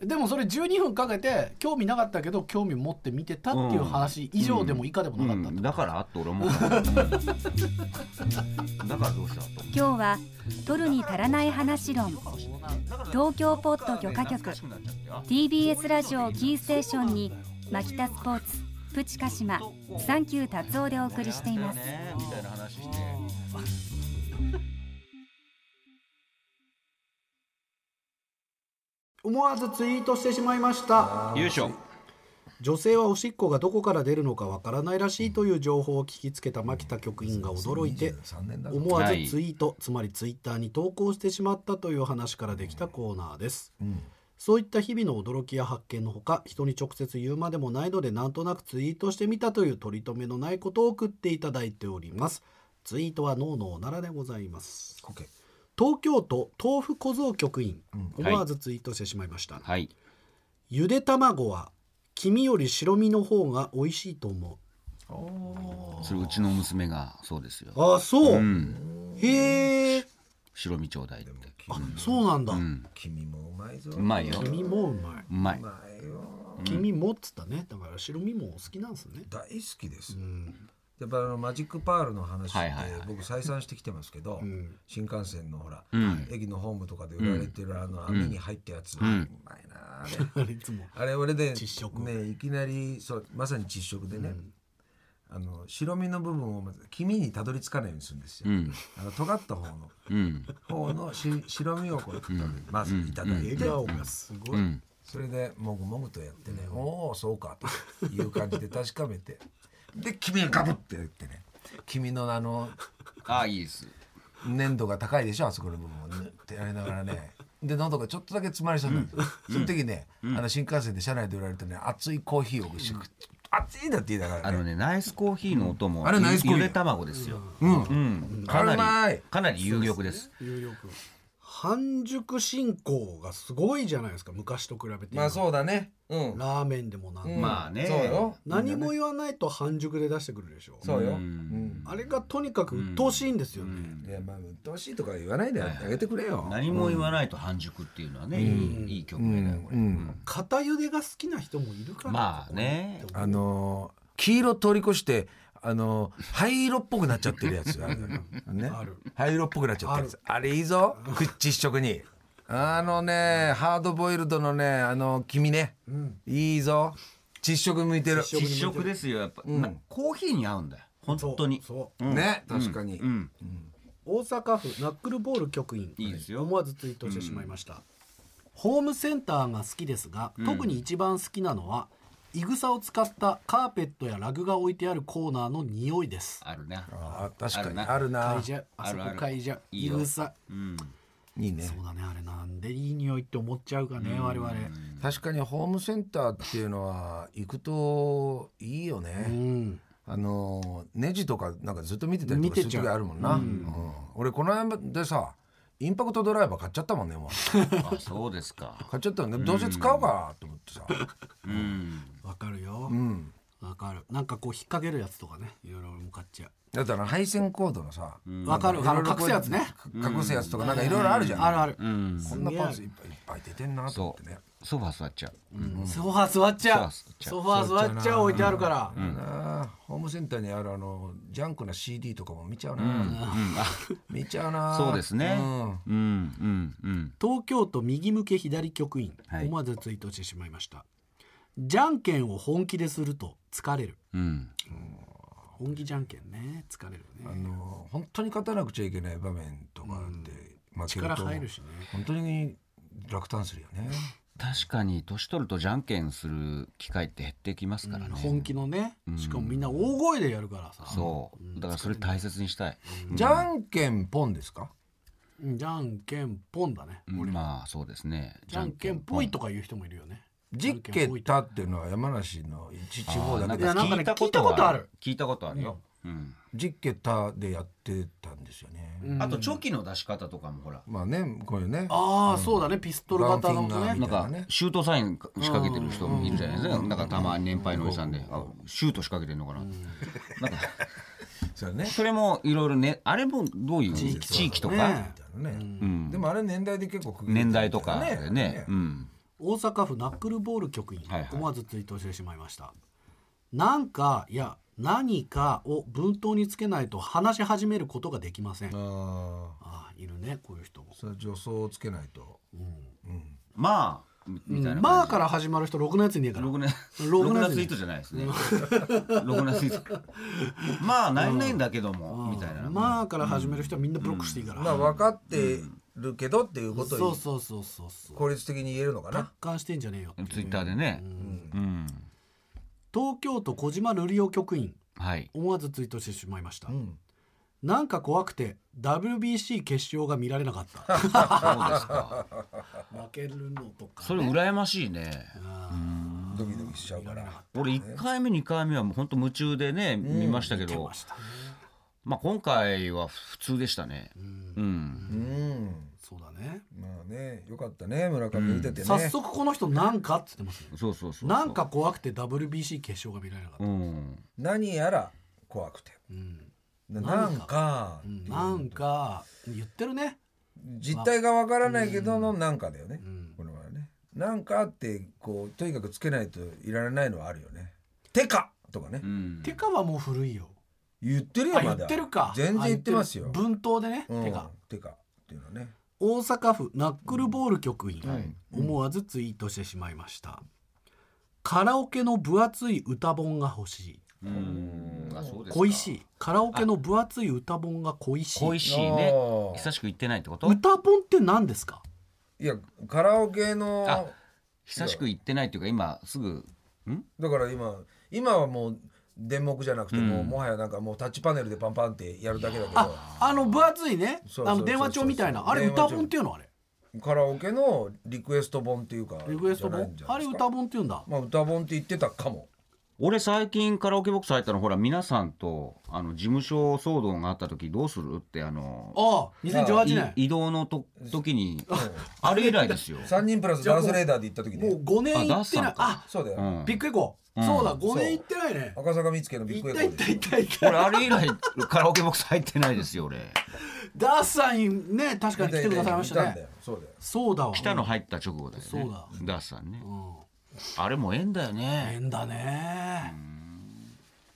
[SPEAKER 1] でもそれ12分かけて興味なかったけど興味持って見てたっていう話以上でも以下でもなかったって
[SPEAKER 3] だからって俺思ったのだからどうしたと思
[SPEAKER 5] 今日は取るに足らない話論
[SPEAKER 3] う
[SPEAKER 5] 東京ポッド許可局 TBS ラジオキーステーションにマキタスポーツプチカシマサンキュー達夫でお送りしています
[SPEAKER 3] みたいな話して
[SPEAKER 1] 思わずツイートしてしまいました
[SPEAKER 3] 優勝
[SPEAKER 1] 女性はおしっこがどこから出るのかわからないらしいという情報を聞きつけた牧田局員が驚いて
[SPEAKER 2] 23年だぞ
[SPEAKER 1] 思わずツイート、つまりツイッターに投稿してしまったという話からできたコーナーです、そういった日々の驚きや発見のほか人に直接言うまでもないのでなんとなくツイートしてみたという取り留めのないことを送っていただいておりますツイートはノーノーならでございます
[SPEAKER 2] こけ
[SPEAKER 1] 東京都豆腐小僧局員、
[SPEAKER 3] うん
[SPEAKER 1] 思わずツイートしてしまいました、
[SPEAKER 3] はい
[SPEAKER 1] ゆで卵は黄身より白身の方が美味しいと思
[SPEAKER 3] それうちの娘がそうですよ
[SPEAKER 1] うああそう、
[SPEAKER 3] うん
[SPEAKER 1] へえ
[SPEAKER 3] 白身ちょうだいって
[SPEAKER 1] あそうなんだ、
[SPEAKER 3] うん
[SPEAKER 2] 君もうまいぞ
[SPEAKER 3] うまいよ
[SPEAKER 1] 黄身もうまいう
[SPEAKER 3] まいう
[SPEAKER 2] まいよ
[SPEAKER 1] 黄身もっつったねだから白身もお好きなんですね
[SPEAKER 2] 大好きです
[SPEAKER 1] うん
[SPEAKER 2] やっぱあのマジックパールの話って
[SPEAKER 3] はいはいはい
[SPEAKER 2] 僕再三してきてますけど
[SPEAKER 1] ん
[SPEAKER 2] 新幹線のほら
[SPEAKER 3] うん
[SPEAKER 2] 駅のホームとかで売られてるあの網に入ったやつうんまいなあれ
[SPEAKER 1] あれいつも
[SPEAKER 2] あれ俺で、ね
[SPEAKER 1] 窒息、
[SPEAKER 2] いきなりそうまさに窒息でね、あの白身の部分をまず黄身にたどり着かないようにするんですよ、
[SPEAKER 3] うん
[SPEAKER 2] あの尖った方の
[SPEAKER 3] うん
[SPEAKER 2] 方のし白身をこうまずいただいて、
[SPEAKER 1] 笑顔がすごい、
[SPEAKER 3] うん
[SPEAKER 2] それでもぐもぐとやってね、おおそうかという感じで確かめ てで黄身をガブってやってね君のあの
[SPEAKER 3] あいいです
[SPEAKER 2] 粘度が高いでしょあそこの部分をねってやりながらねで喉がちょっとだけ詰まりそうになる、その時ね、あの新幹線で車内で売られたね熱いコーヒーを一緒に熱いんだって言いながら
[SPEAKER 3] あ
[SPEAKER 2] ね
[SPEAKER 3] のねナイスコーヒーの音も
[SPEAKER 2] あれナイスコーヒー
[SPEAKER 3] ゆで卵ですよ
[SPEAKER 2] うん
[SPEAKER 3] うんか
[SPEAKER 2] うま
[SPEAKER 3] ないりかなり有力です
[SPEAKER 1] 有力半熟進行がすごいじゃないですか昔と比べて、
[SPEAKER 2] まあそうだねうん、
[SPEAKER 1] ラーメンでもなんでも、
[SPEAKER 2] うん
[SPEAKER 3] まあね
[SPEAKER 2] そうよ
[SPEAKER 1] 何も言わないと半熟で出してくるでしょ
[SPEAKER 2] そう
[SPEAKER 3] う
[SPEAKER 2] よ、うんん
[SPEAKER 1] あれがとにかく鬱陶しいんですよね、
[SPEAKER 2] いやまあ鬱陶しいとか言わないでやってあげてくれよ、
[SPEAKER 3] 何も言わないと半熟っていうのはね、いいいい曲名だよこれ、うん
[SPEAKER 1] 片茹でが好きな人もいるから
[SPEAKER 3] まあね
[SPEAKER 2] あのー黄色通り越してあのー灰色っぽくなっちゃってるや つあるだろね
[SPEAKER 1] ある
[SPEAKER 2] 灰色っぽくなっちゃってるやつあれいいぞ口一色にあのねハードボイルドのねあの黄身ね、いいぞ窒息向いてる
[SPEAKER 1] 窒
[SPEAKER 3] 実食ですよやっぱ、
[SPEAKER 2] ん
[SPEAKER 3] なコーヒーに合うんだよ本当に
[SPEAKER 1] そうそう
[SPEAKER 2] ね確かに、
[SPEAKER 3] うん
[SPEAKER 1] 大阪府ナックルボール局員
[SPEAKER 3] いいですよ
[SPEAKER 1] 思わずツイートしてしまいました、ホームセンターが好きですが、特に一番好きなのはイグサを使ったカーペットやラグが置いてあるコーナーの匂いです
[SPEAKER 3] あるね
[SPEAKER 2] あ確かに
[SPEAKER 3] あ
[SPEAKER 2] あるな
[SPEAKER 1] 会社あそこ
[SPEAKER 3] あるある
[SPEAKER 1] 会社
[SPEAKER 3] いい
[SPEAKER 1] イ
[SPEAKER 3] よ
[SPEAKER 1] グサ
[SPEAKER 3] うん
[SPEAKER 2] いいね
[SPEAKER 1] そうだねあれなんでいい匂いって思っちゃうかね我々
[SPEAKER 2] 確かにホームセンターっていうのは行くといいよね、
[SPEAKER 1] うん
[SPEAKER 2] あのーネジとかなんかずっと見てたりと
[SPEAKER 1] 見
[SPEAKER 2] か
[SPEAKER 1] て
[SPEAKER 2] す
[SPEAKER 1] ちゃ
[SPEAKER 2] る
[SPEAKER 1] う
[SPEAKER 2] 時あるもんな、うん俺この辺でさインパクトドライバー買っちゃったもんねも う
[SPEAKER 3] あそうですか
[SPEAKER 2] 買っちゃったんでどうせ使おうかと思ってさ、
[SPEAKER 3] うん
[SPEAKER 1] わかるよ
[SPEAKER 2] うん、
[SPEAKER 1] わかるなんかこう引っ掛けるやつとかねいろいろ俺も買っちゃ
[SPEAKER 2] だったら配線コードのさ、
[SPEAKER 1] うわかるあの隠すやつね
[SPEAKER 2] 隠すやつとかなんかいろいろあるじゃん、
[SPEAKER 1] あるある
[SPEAKER 3] うん
[SPEAKER 2] こんなパンツいっぱいいっぱい出てんなと思
[SPEAKER 3] そ
[SPEAKER 2] ってね
[SPEAKER 3] うソファー座っちゃう、うん
[SPEAKER 1] ソファー座っちゃうソ
[SPEAKER 3] ソ
[SPEAKER 1] ファー座っちゃう置いてあるから
[SPEAKER 2] なあホームセンターにあるあのジャンクな CD とかも見ちゃうな、見ちゃうな
[SPEAKER 3] そうですね
[SPEAKER 2] うん
[SPEAKER 3] うんうんうん
[SPEAKER 1] 東京都右向け左局員、
[SPEAKER 3] はい
[SPEAKER 1] 思わずツイートしてしまいましたじゃんけんを本気ですると疲れる
[SPEAKER 3] うん
[SPEAKER 1] 本気じゃんけんね疲れる
[SPEAKER 2] あ
[SPEAKER 1] ね
[SPEAKER 2] の本当に勝たなくちゃいけない場面とかで負けると、
[SPEAKER 1] 力入るしね
[SPEAKER 2] 本当に落胆するよね。
[SPEAKER 3] 確かに年取るとじゃんけんする機会って減ってきますからね、
[SPEAKER 1] 本気のねしかもみんな大声でやるからさ
[SPEAKER 3] そうだからそれ大切にしたい、
[SPEAKER 2] じゃんけんぽんですか。
[SPEAKER 1] うんじゃんけんぽんだね
[SPEAKER 3] うんまあそうですね
[SPEAKER 1] じゃんけんぽい
[SPEAKER 3] と
[SPEAKER 1] とか言う人もいるよね
[SPEAKER 2] 実
[SPEAKER 1] じゃんけんぽ
[SPEAKER 2] 家
[SPEAKER 1] い
[SPEAKER 2] たっていうのは山梨の一地方だ
[SPEAKER 3] な
[SPEAKER 2] け
[SPEAKER 3] ん
[SPEAKER 2] で
[SPEAKER 1] い
[SPEAKER 3] か
[SPEAKER 1] やなんかね
[SPEAKER 3] 聞いたこ
[SPEAKER 1] 聞いたこ
[SPEAKER 3] とは
[SPEAKER 1] とある
[SPEAKER 3] 聞いたことあるよ、うん
[SPEAKER 2] 実家たでやってたんですよね。
[SPEAKER 1] うん
[SPEAKER 3] あとチョキの出し方とかもほら、
[SPEAKER 2] まあねこういうね。
[SPEAKER 1] ああ、そうだねピストル型の
[SPEAKER 2] ガンフィンガーみ
[SPEAKER 1] ね
[SPEAKER 3] な
[SPEAKER 2] た
[SPEAKER 3] ん
[SPEAKER 2] いな
[SPEAKER 3] か
[SPEAKER 2] ね
[SPEAKER 3] シュートサイン仕掛けてる人もいるじゃないですか、なんかたまに年配のおじさんで、あシュート仕掛けてるのかな、なんか
[SPEAKER 2] そうね。
[SPEAKER 3] それもいろいろねあれもどういう地域とか、
[SPEAKER 1] ね
[SPEAKER 2] みたいなね。でもあれ年代で結構区切れて
[SPEAKER 3] 年
[SPEAKER 2] るみた
[SPEAKER 3] 代
[SPEAKER 2] いな
[SPEAKER 3] とかでねうん
[SPEAKER 1] 大阪府ナックルボール局員、
[SPEAKER 3] はいはい
[SPEAKER 1] 思わずツイートしてしまいましたなんかいや何かを文頭につけないと話し始めることができませんあ
[SPEAKER 2] ああ、
[SPEAKER 1] あいるねこういう人も、
[SPEAKER 2] それ助走をつけないと。
[SPEAKER 3] まあみみたいな
[SPEAKER 1] まあ
[SPEAKER 3] 感
[SPEAKER 1] から始まる人ろくなやついねえから
[SPEAKER 3] 6年
[SPEAKER 1] ろく
[SPEAKER 3] 6
[SPEAKER 1] な
[SPEAKER 3] なツイートじゃないですね6なツイートまあ何々だけどもみたいな
[SPEAKER 1] まあから始める人はみんなブロックしていいから、
[SPEAKER 2] まあ分かってるけどっていうこと
[SPEAKER 1] そう
[SPEAKER 2] を
[SPEAKER 1] そうそうそうそう
[SPEAKER 2] 効率的に言えるのかな
[SPEAKER 1] 達。観してんじゃねえよっていう
[SPEAKER 3] ツイッターでねうん
[SPEAKER 1] 東京都小島瑠璃オ局員
[SPEAKER 3] はい
[SPEAKER 1] 思わずツイートしてしまいました、
[SPEAKER 2] ん
[SPEAKER 1] なんか怖くて WBC 決勝が見られなかった
[SPEAKER 3] そうですか
[SPEAKER 1] 負けるのとか
[SPEAKER 3] それ羨ましいね
[SPEAKER 2] ドキドキしちゃうから
[SPEAKER 3] 俺1回目2回目はもう本当夢中でね見ましたけ
[SPEAKER 1] 出
[SPEAKER 3] ど
[SPEAKER 1] ましたね
[SPEAKER 3] まあ今回は普通でしたねうん
[SPEAKER 2] うん
[SPEAKER 1] そうだね
[SPEAKER 2] まあねよかったね村上見ててね
[SPEAKER 1] 早速この人なんかっつってますね
[SPEAKER 3] そうそうそう
[SPEAKER 1] なんか怖くて WBC 決勝が見られなかった、
[SPEAKER 3] うん
[SPEAKER 2] 何やら怖くて
[SPEAKER 1] うん
[SPEAKER 2] な
[SPEAKER 1] な
[SPEAKER 2] なんん
[SPEAKER 1] か
[SPEAKER 2] か
[SPEAKER 1] うんなんか言ってるね
[SPEAKER 2] 実態がわからないけどのなんかだよね
[SPEAKER 1] ん
[SPEAKER 2] これはねなんかってこうとにかくつけないといられないのはあるよねてかとかね
[SPEAKER 3] うん
[SPEAKER 1] てかはもう古いよ
[SPEAKER 2] 言ってるよ
[SPEAKER 1] あ
[SPEAKER 2] まだ
[SPEAKER 1] 言ってるか
[SPEAKER 2] 全然言ってますよ
[SPEAKER 1] あ言ってる文頭でね、
[SPEAKER 2] うん
[SPEAKER 1] てか
[SPEAKER 2] てかっていうのね
[SPEAKER 1] 大阪府ナックルボール局員、思わずツイートしてしまいました、カラオケの分厚い歌本が欲し
[SPEAKER 3] うんあそ
[SPEAKER 1] い
[SPEAKER 3] うですか
[SPEAKER 1] 恋しいカラオケの分厚い歌本が恋しい
[SPEAKER 3] 恋しいね
[SPEAKER 2] あー
[SPEAKER 3] 久しく行ってないってこと
[SPEAKER 1] 歌本って何ですか
[SPEAKER 2] いやカラオケの
[SPEAKER 3] あ久しく行ってないっていうか今すぐん
[SPEAKER 2] だから今今はもう電目じゃなくてもう、もはやなんかもうタッチパネルでパンパンってやるだけだけど
[SPEAKER 1] ああの分厚いね
[SPEAKER 2] そうそう
[SPEAKER 1] あの電話帳みたいなあれ
[SPEAKER 2] 電話帳
[SPEAKER 1] 歌本っていうのあれ
[SPEAKER 2] カラオケのリクエスト本っていうか
[SPEAKER 1] リクエスト本
[SPEAKER 2] じゃな
[SPEAKER 1] あ
[SPEAKER 2] いん
[SPEAKER 1] れ
[SPEAKER 2] じゃないですか
[SPEAKER 1] 歌本っていうんだ
[SPEAKER 2] まあ歌本って言ってたかも
[SPEAKER 3] 俺最近カラオケボックス入ったのほら皆さんとあの事務所騒動があった時どうするってあの
[SPEAKER 1] ああ2018年
[SPEAKER 3] い移動のと時にあれ以 来ですよ。
[SPEAKER 2] 3人プラスダースレーダーで行った時
[SPEAKER 1] も
[SPEAKER 2] ね
[SPEAKER 1] う5年行ってない
[SPEAKER 3] あダッサ
[SPEAKER 1] あ
[SPEAKER 2] そうだ
[SPEAKER 3] う
[SPEAKER 2] よ、
[SPEAKER 3] ん
[SPEAKER 1] ビッグエコーそうだ5年行ってないね
[SPEAKER 2] 赤坂見附のビッグ
[SPEAKER 1] 行
[SPEAKER 2] エ
[SPEAKER 1] っ
[SPEAKER 2] コ
[SPEAKER 1] た行
[SPEAKER 2] ー
[SPEAKER 1] っ
[SPEAKER 2] で
[SPEAKER 1] た行った行った
[SPEAKER 3] 俺あれ以来カラオケボックス入ってないですよ俺。
[SPEAKER 1] ダースさんにね確かに来てくださいました
[SPEAKER 2] んだ
[SPEAKER 1] ね
[SPEAKER 2] よそうだよ
[SPEAKER 1] そうだわ
[SPEAKER 3] 来たの入った直後だよね。
[SPEAKER 1] そうだ
[SPEAKER 3] ダースさんね。
[SPEAKER 1] うん
[SPEAKER 3] あれも縁だよね。
[SPEAKER 1] 変だね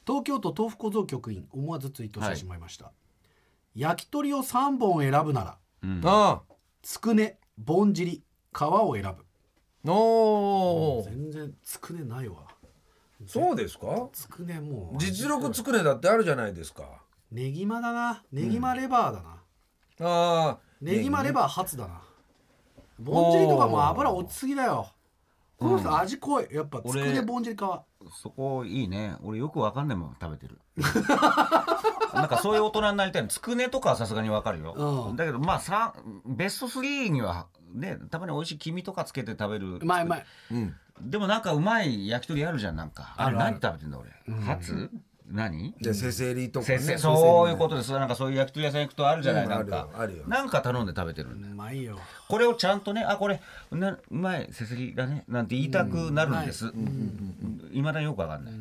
[SPEAKER 1] 東京都豆腐小僧局員思わずツイートしてしまいました、焼き鳥を3本選ぶなら
[SPEAKER 2] ああ
[SPEAKER 1] つくねぼんじり皮を選ぶ
[SPEAKER 2] おー
[SPEAKER 1] 全然つくねないわ
[SPEAKER 2] そうですか
[SPEAKER 1] つくねもう
[SPEAKER 2] 実力つくねだってあるじゃないですか
[SPEAKER 1] ねぎまだなねぎまレバーだな、
[SPEAKER 2] ああ
[SPEAKER 1] ねぎまレバー初だなぼんじりとかも油落ちすぎだよこの人味濃いやっぱつくね
[SPEAKER 3] 俺
[SPEAKER 1] ぼんじり皮
[SPEAKER 3] そこいいね。俺よくわかんないもん食べてる。 なんかそういう大人になりたいのつくねとかはさすがにわかるよ、
[SPEAKER 1] うん
[SPEAKER 3] だけどまあさベスト3にはねたまに美味しい黄身とかつけて食べる
[SPEAKER 1] うまいうまい
[SPEAKER 2] うん
[SPEAKER 3] でもなんかうまい焼き鳥あるじゃんなんかあれ何食べてんだ俺、ハツ何
[SPEAKER 2] じゃあせせりとか
[SPEAKER 3] せ
[SPEAKER 2] ね
[SPEAKER 3] せそういうことですなんかそういう焼き鳥屋さん行くとあるじゃない、
[SPEAKER 2] うん
[SPEAKER 3] なんか
[SPEAKER 2] あるよあるよ
[SPEAKER 3] なんか頼んで食べてるんだ
[SPEAKER 1] う
[SPEAKER 3] よ
[SPEAKER 1] まいよ
[SPEAKER 3] これをちゃんとねあこれなうまいせせりだねなんて言いたくなるんです、いまだによくわかんない、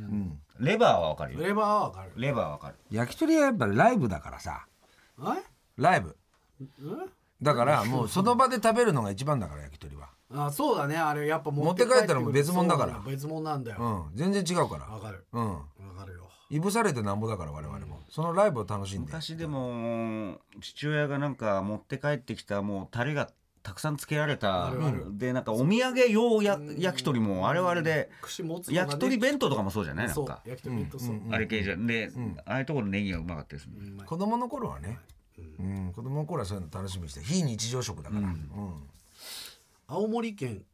[SPEAKER 3] レバーはわかるよ
[SPEAKER 1] レバーはわかる
[SPEAKER 3] レバーはわかる
[SPEAKER 2] 焼き鳥はやっぱライブだからさ
[SPEAKER 1] え
[SPEAKER 2] ライブだからもうその場で食べるのが一番だから焼き鳥は
[SPEAKER 1] あそうだねあれやっぱ持
[SPEAKER 2] 持って帰ったらもう別物だから
[SPEAKER 1] そう別物なんだ
[SPEAKER 2] う
[SPEAKER 1] よ
[SPEAKER 2] ん全然違うか
[SPEAKER 1] わ、
[SPEAKER 2] ら
[SPEAKER 1] かる
[SPEAKER 2] うん
[SPEAKER 1] わかるよ
[SPEAKER 2] いぶされてなんぼだから我々もそのライブを楽しんで
[SPEAKER 3] 昔でも父親がなんか持って帰ってきたもうタレがたくさんつけられたでなんかお土産用や焼き鳥もあれはあれで
[SPEAKER 1] 串持つのがね
[SPEAKER 3] 焼き鳥弁当とかもそうじゃないなん
[SPEAKER 1] そう
[SPEAKER 3] か
[SPEAKER 1] 焼き鳥弁当そう、
[SPEAKER 3] あれ系じゃんで、ああいうところのネギがうまかったですね、
[SPEAKER 2] 子供の頃はねうん子供の頃はそういうの楽しみにして非日常食だからうん
[SPEAKER 1] 青森県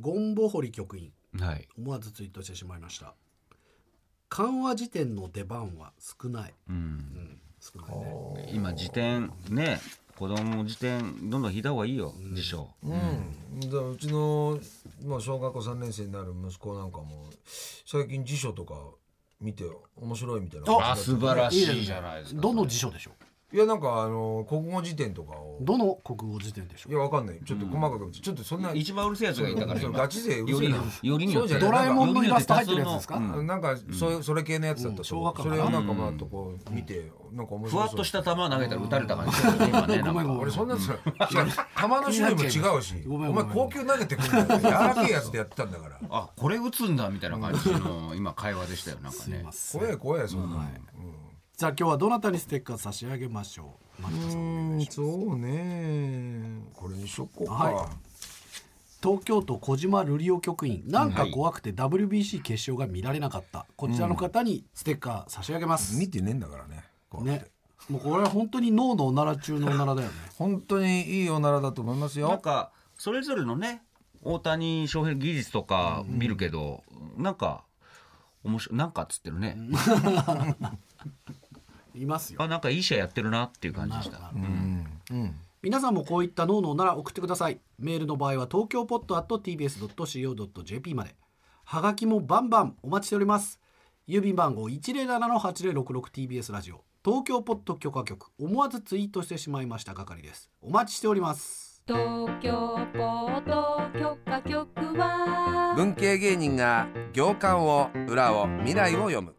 [SPEAKER 1] ゴンボ堀局員
[SPEAKER 3] はい
[SPEAKER 1] 思わずツイートしてしまいました緩和辞典の出番は少ない、うん少ないね
[SPEAKER 3] 今辞典ね子供の辞典どんどん引いた方がいいよ、辞書
[SPEAKER 2] うん、だからうちの、まあ、小学校3年生になる息子なんかも最近辞書とか見て面白いみたいな
[SPEAKER 3] あ素晴らしいじゃないですか
[SPEAKER 1] どの辞書でしょ
[SPEAKER 2] いやなんかあの国語辞典とかを
[SPEAKER 1] うどの国語辞典でしょ
[SPEAKER 2] いやわかんないちょっと細かく、ちょっとそんな
[SPEAKER 3] 一番うるせえやつがいたから
[SPEAKER 2] そう
[SPEAKER 3] 今
[SPEAKER 2] ガチ勢うる
[SPEAKER 3] よ
[SPEAKER 2] せえ
[SPEAKER 3] り
[SPEAKER 2] な
[SPEAKER 3] よりによって
[SPEAKER 2] そうじゃないドラえも
[SPEAKER 1] んのイラスト入ってるやつですか
[SPEAKER 3] うん
[SPEAKER 2] なんかそういうそれ系のやつだった
[SPEAKER 1] うん
[SPEAKER 2] と
[SPEAKER 1] 小
[SPEAKER 2] 思う、
[SPEAKER 1] 学校
[SPEAKER 2] そ
[SPEAKER 1] かな
[SPEAKER 2] れをなんかまあとこう見て、なんか面白
[SPEAKER 3] ふ
[SPEAKER 2] そう
[SPEAKER 3] わっとした球投げたら打たれた感じだよね今ね なんか
[SPEAKER 2] 俺そんなさいや球の種類も違うし
[SPEAKER 1] ごめんごめん
[SPEAKER 2] お前高級投げてくるんだよ柔らけえやつでやってたんだから
[SPEAKER 3] あこれ打つんだみたいな感じの今会話でしたよなんかね
[SPEAKER 2] 怖え怖えそんなの、
[SPEAKER 1] じゃあ今日はどなたにステッカー差し上げましょうマリカさんお願いします
[SPEAKER 2] うんそうねこれにしとこうか、
[SPEAKER 1] はい東京都小島瑠璃オ局員なんか怖くて WBC 決勝が見られなかったこちらの方にステッカー差し上げます、
[SPEAKER 2] 見てねえんだからねこう
[SPEAKER 1] ねもうこれは本当に脳のおなら中のおならだよね
[SPEAKER 2] 本当にいいおならだと思います
[SPEAKER 3] なん
[SPEAKER 2] よ
[SPEAKER 3] かそれぞれのね大谷翔平技術とか見るけど、なんか面白いなんかっつってるね、
[SPEAKER 1] いますよ
[SPEAKER 3] あなんかいい試合やってるなっていう感じでした
[SPEAKER 1] 皆さんもこういったノーノーなら送ってくださいメールの場合は東京ポット at tbs.co.jp まではがきもバンバンお待ちしております郵便番号 107-8066TBS ラジオ東京ポット許可局思わずツイートしてしまいました係ですお待ちしております
[SPEAKER 5] 東京ポート許可局は
[SPEAKER 6] 文系芸人が行間を裏を未来を読む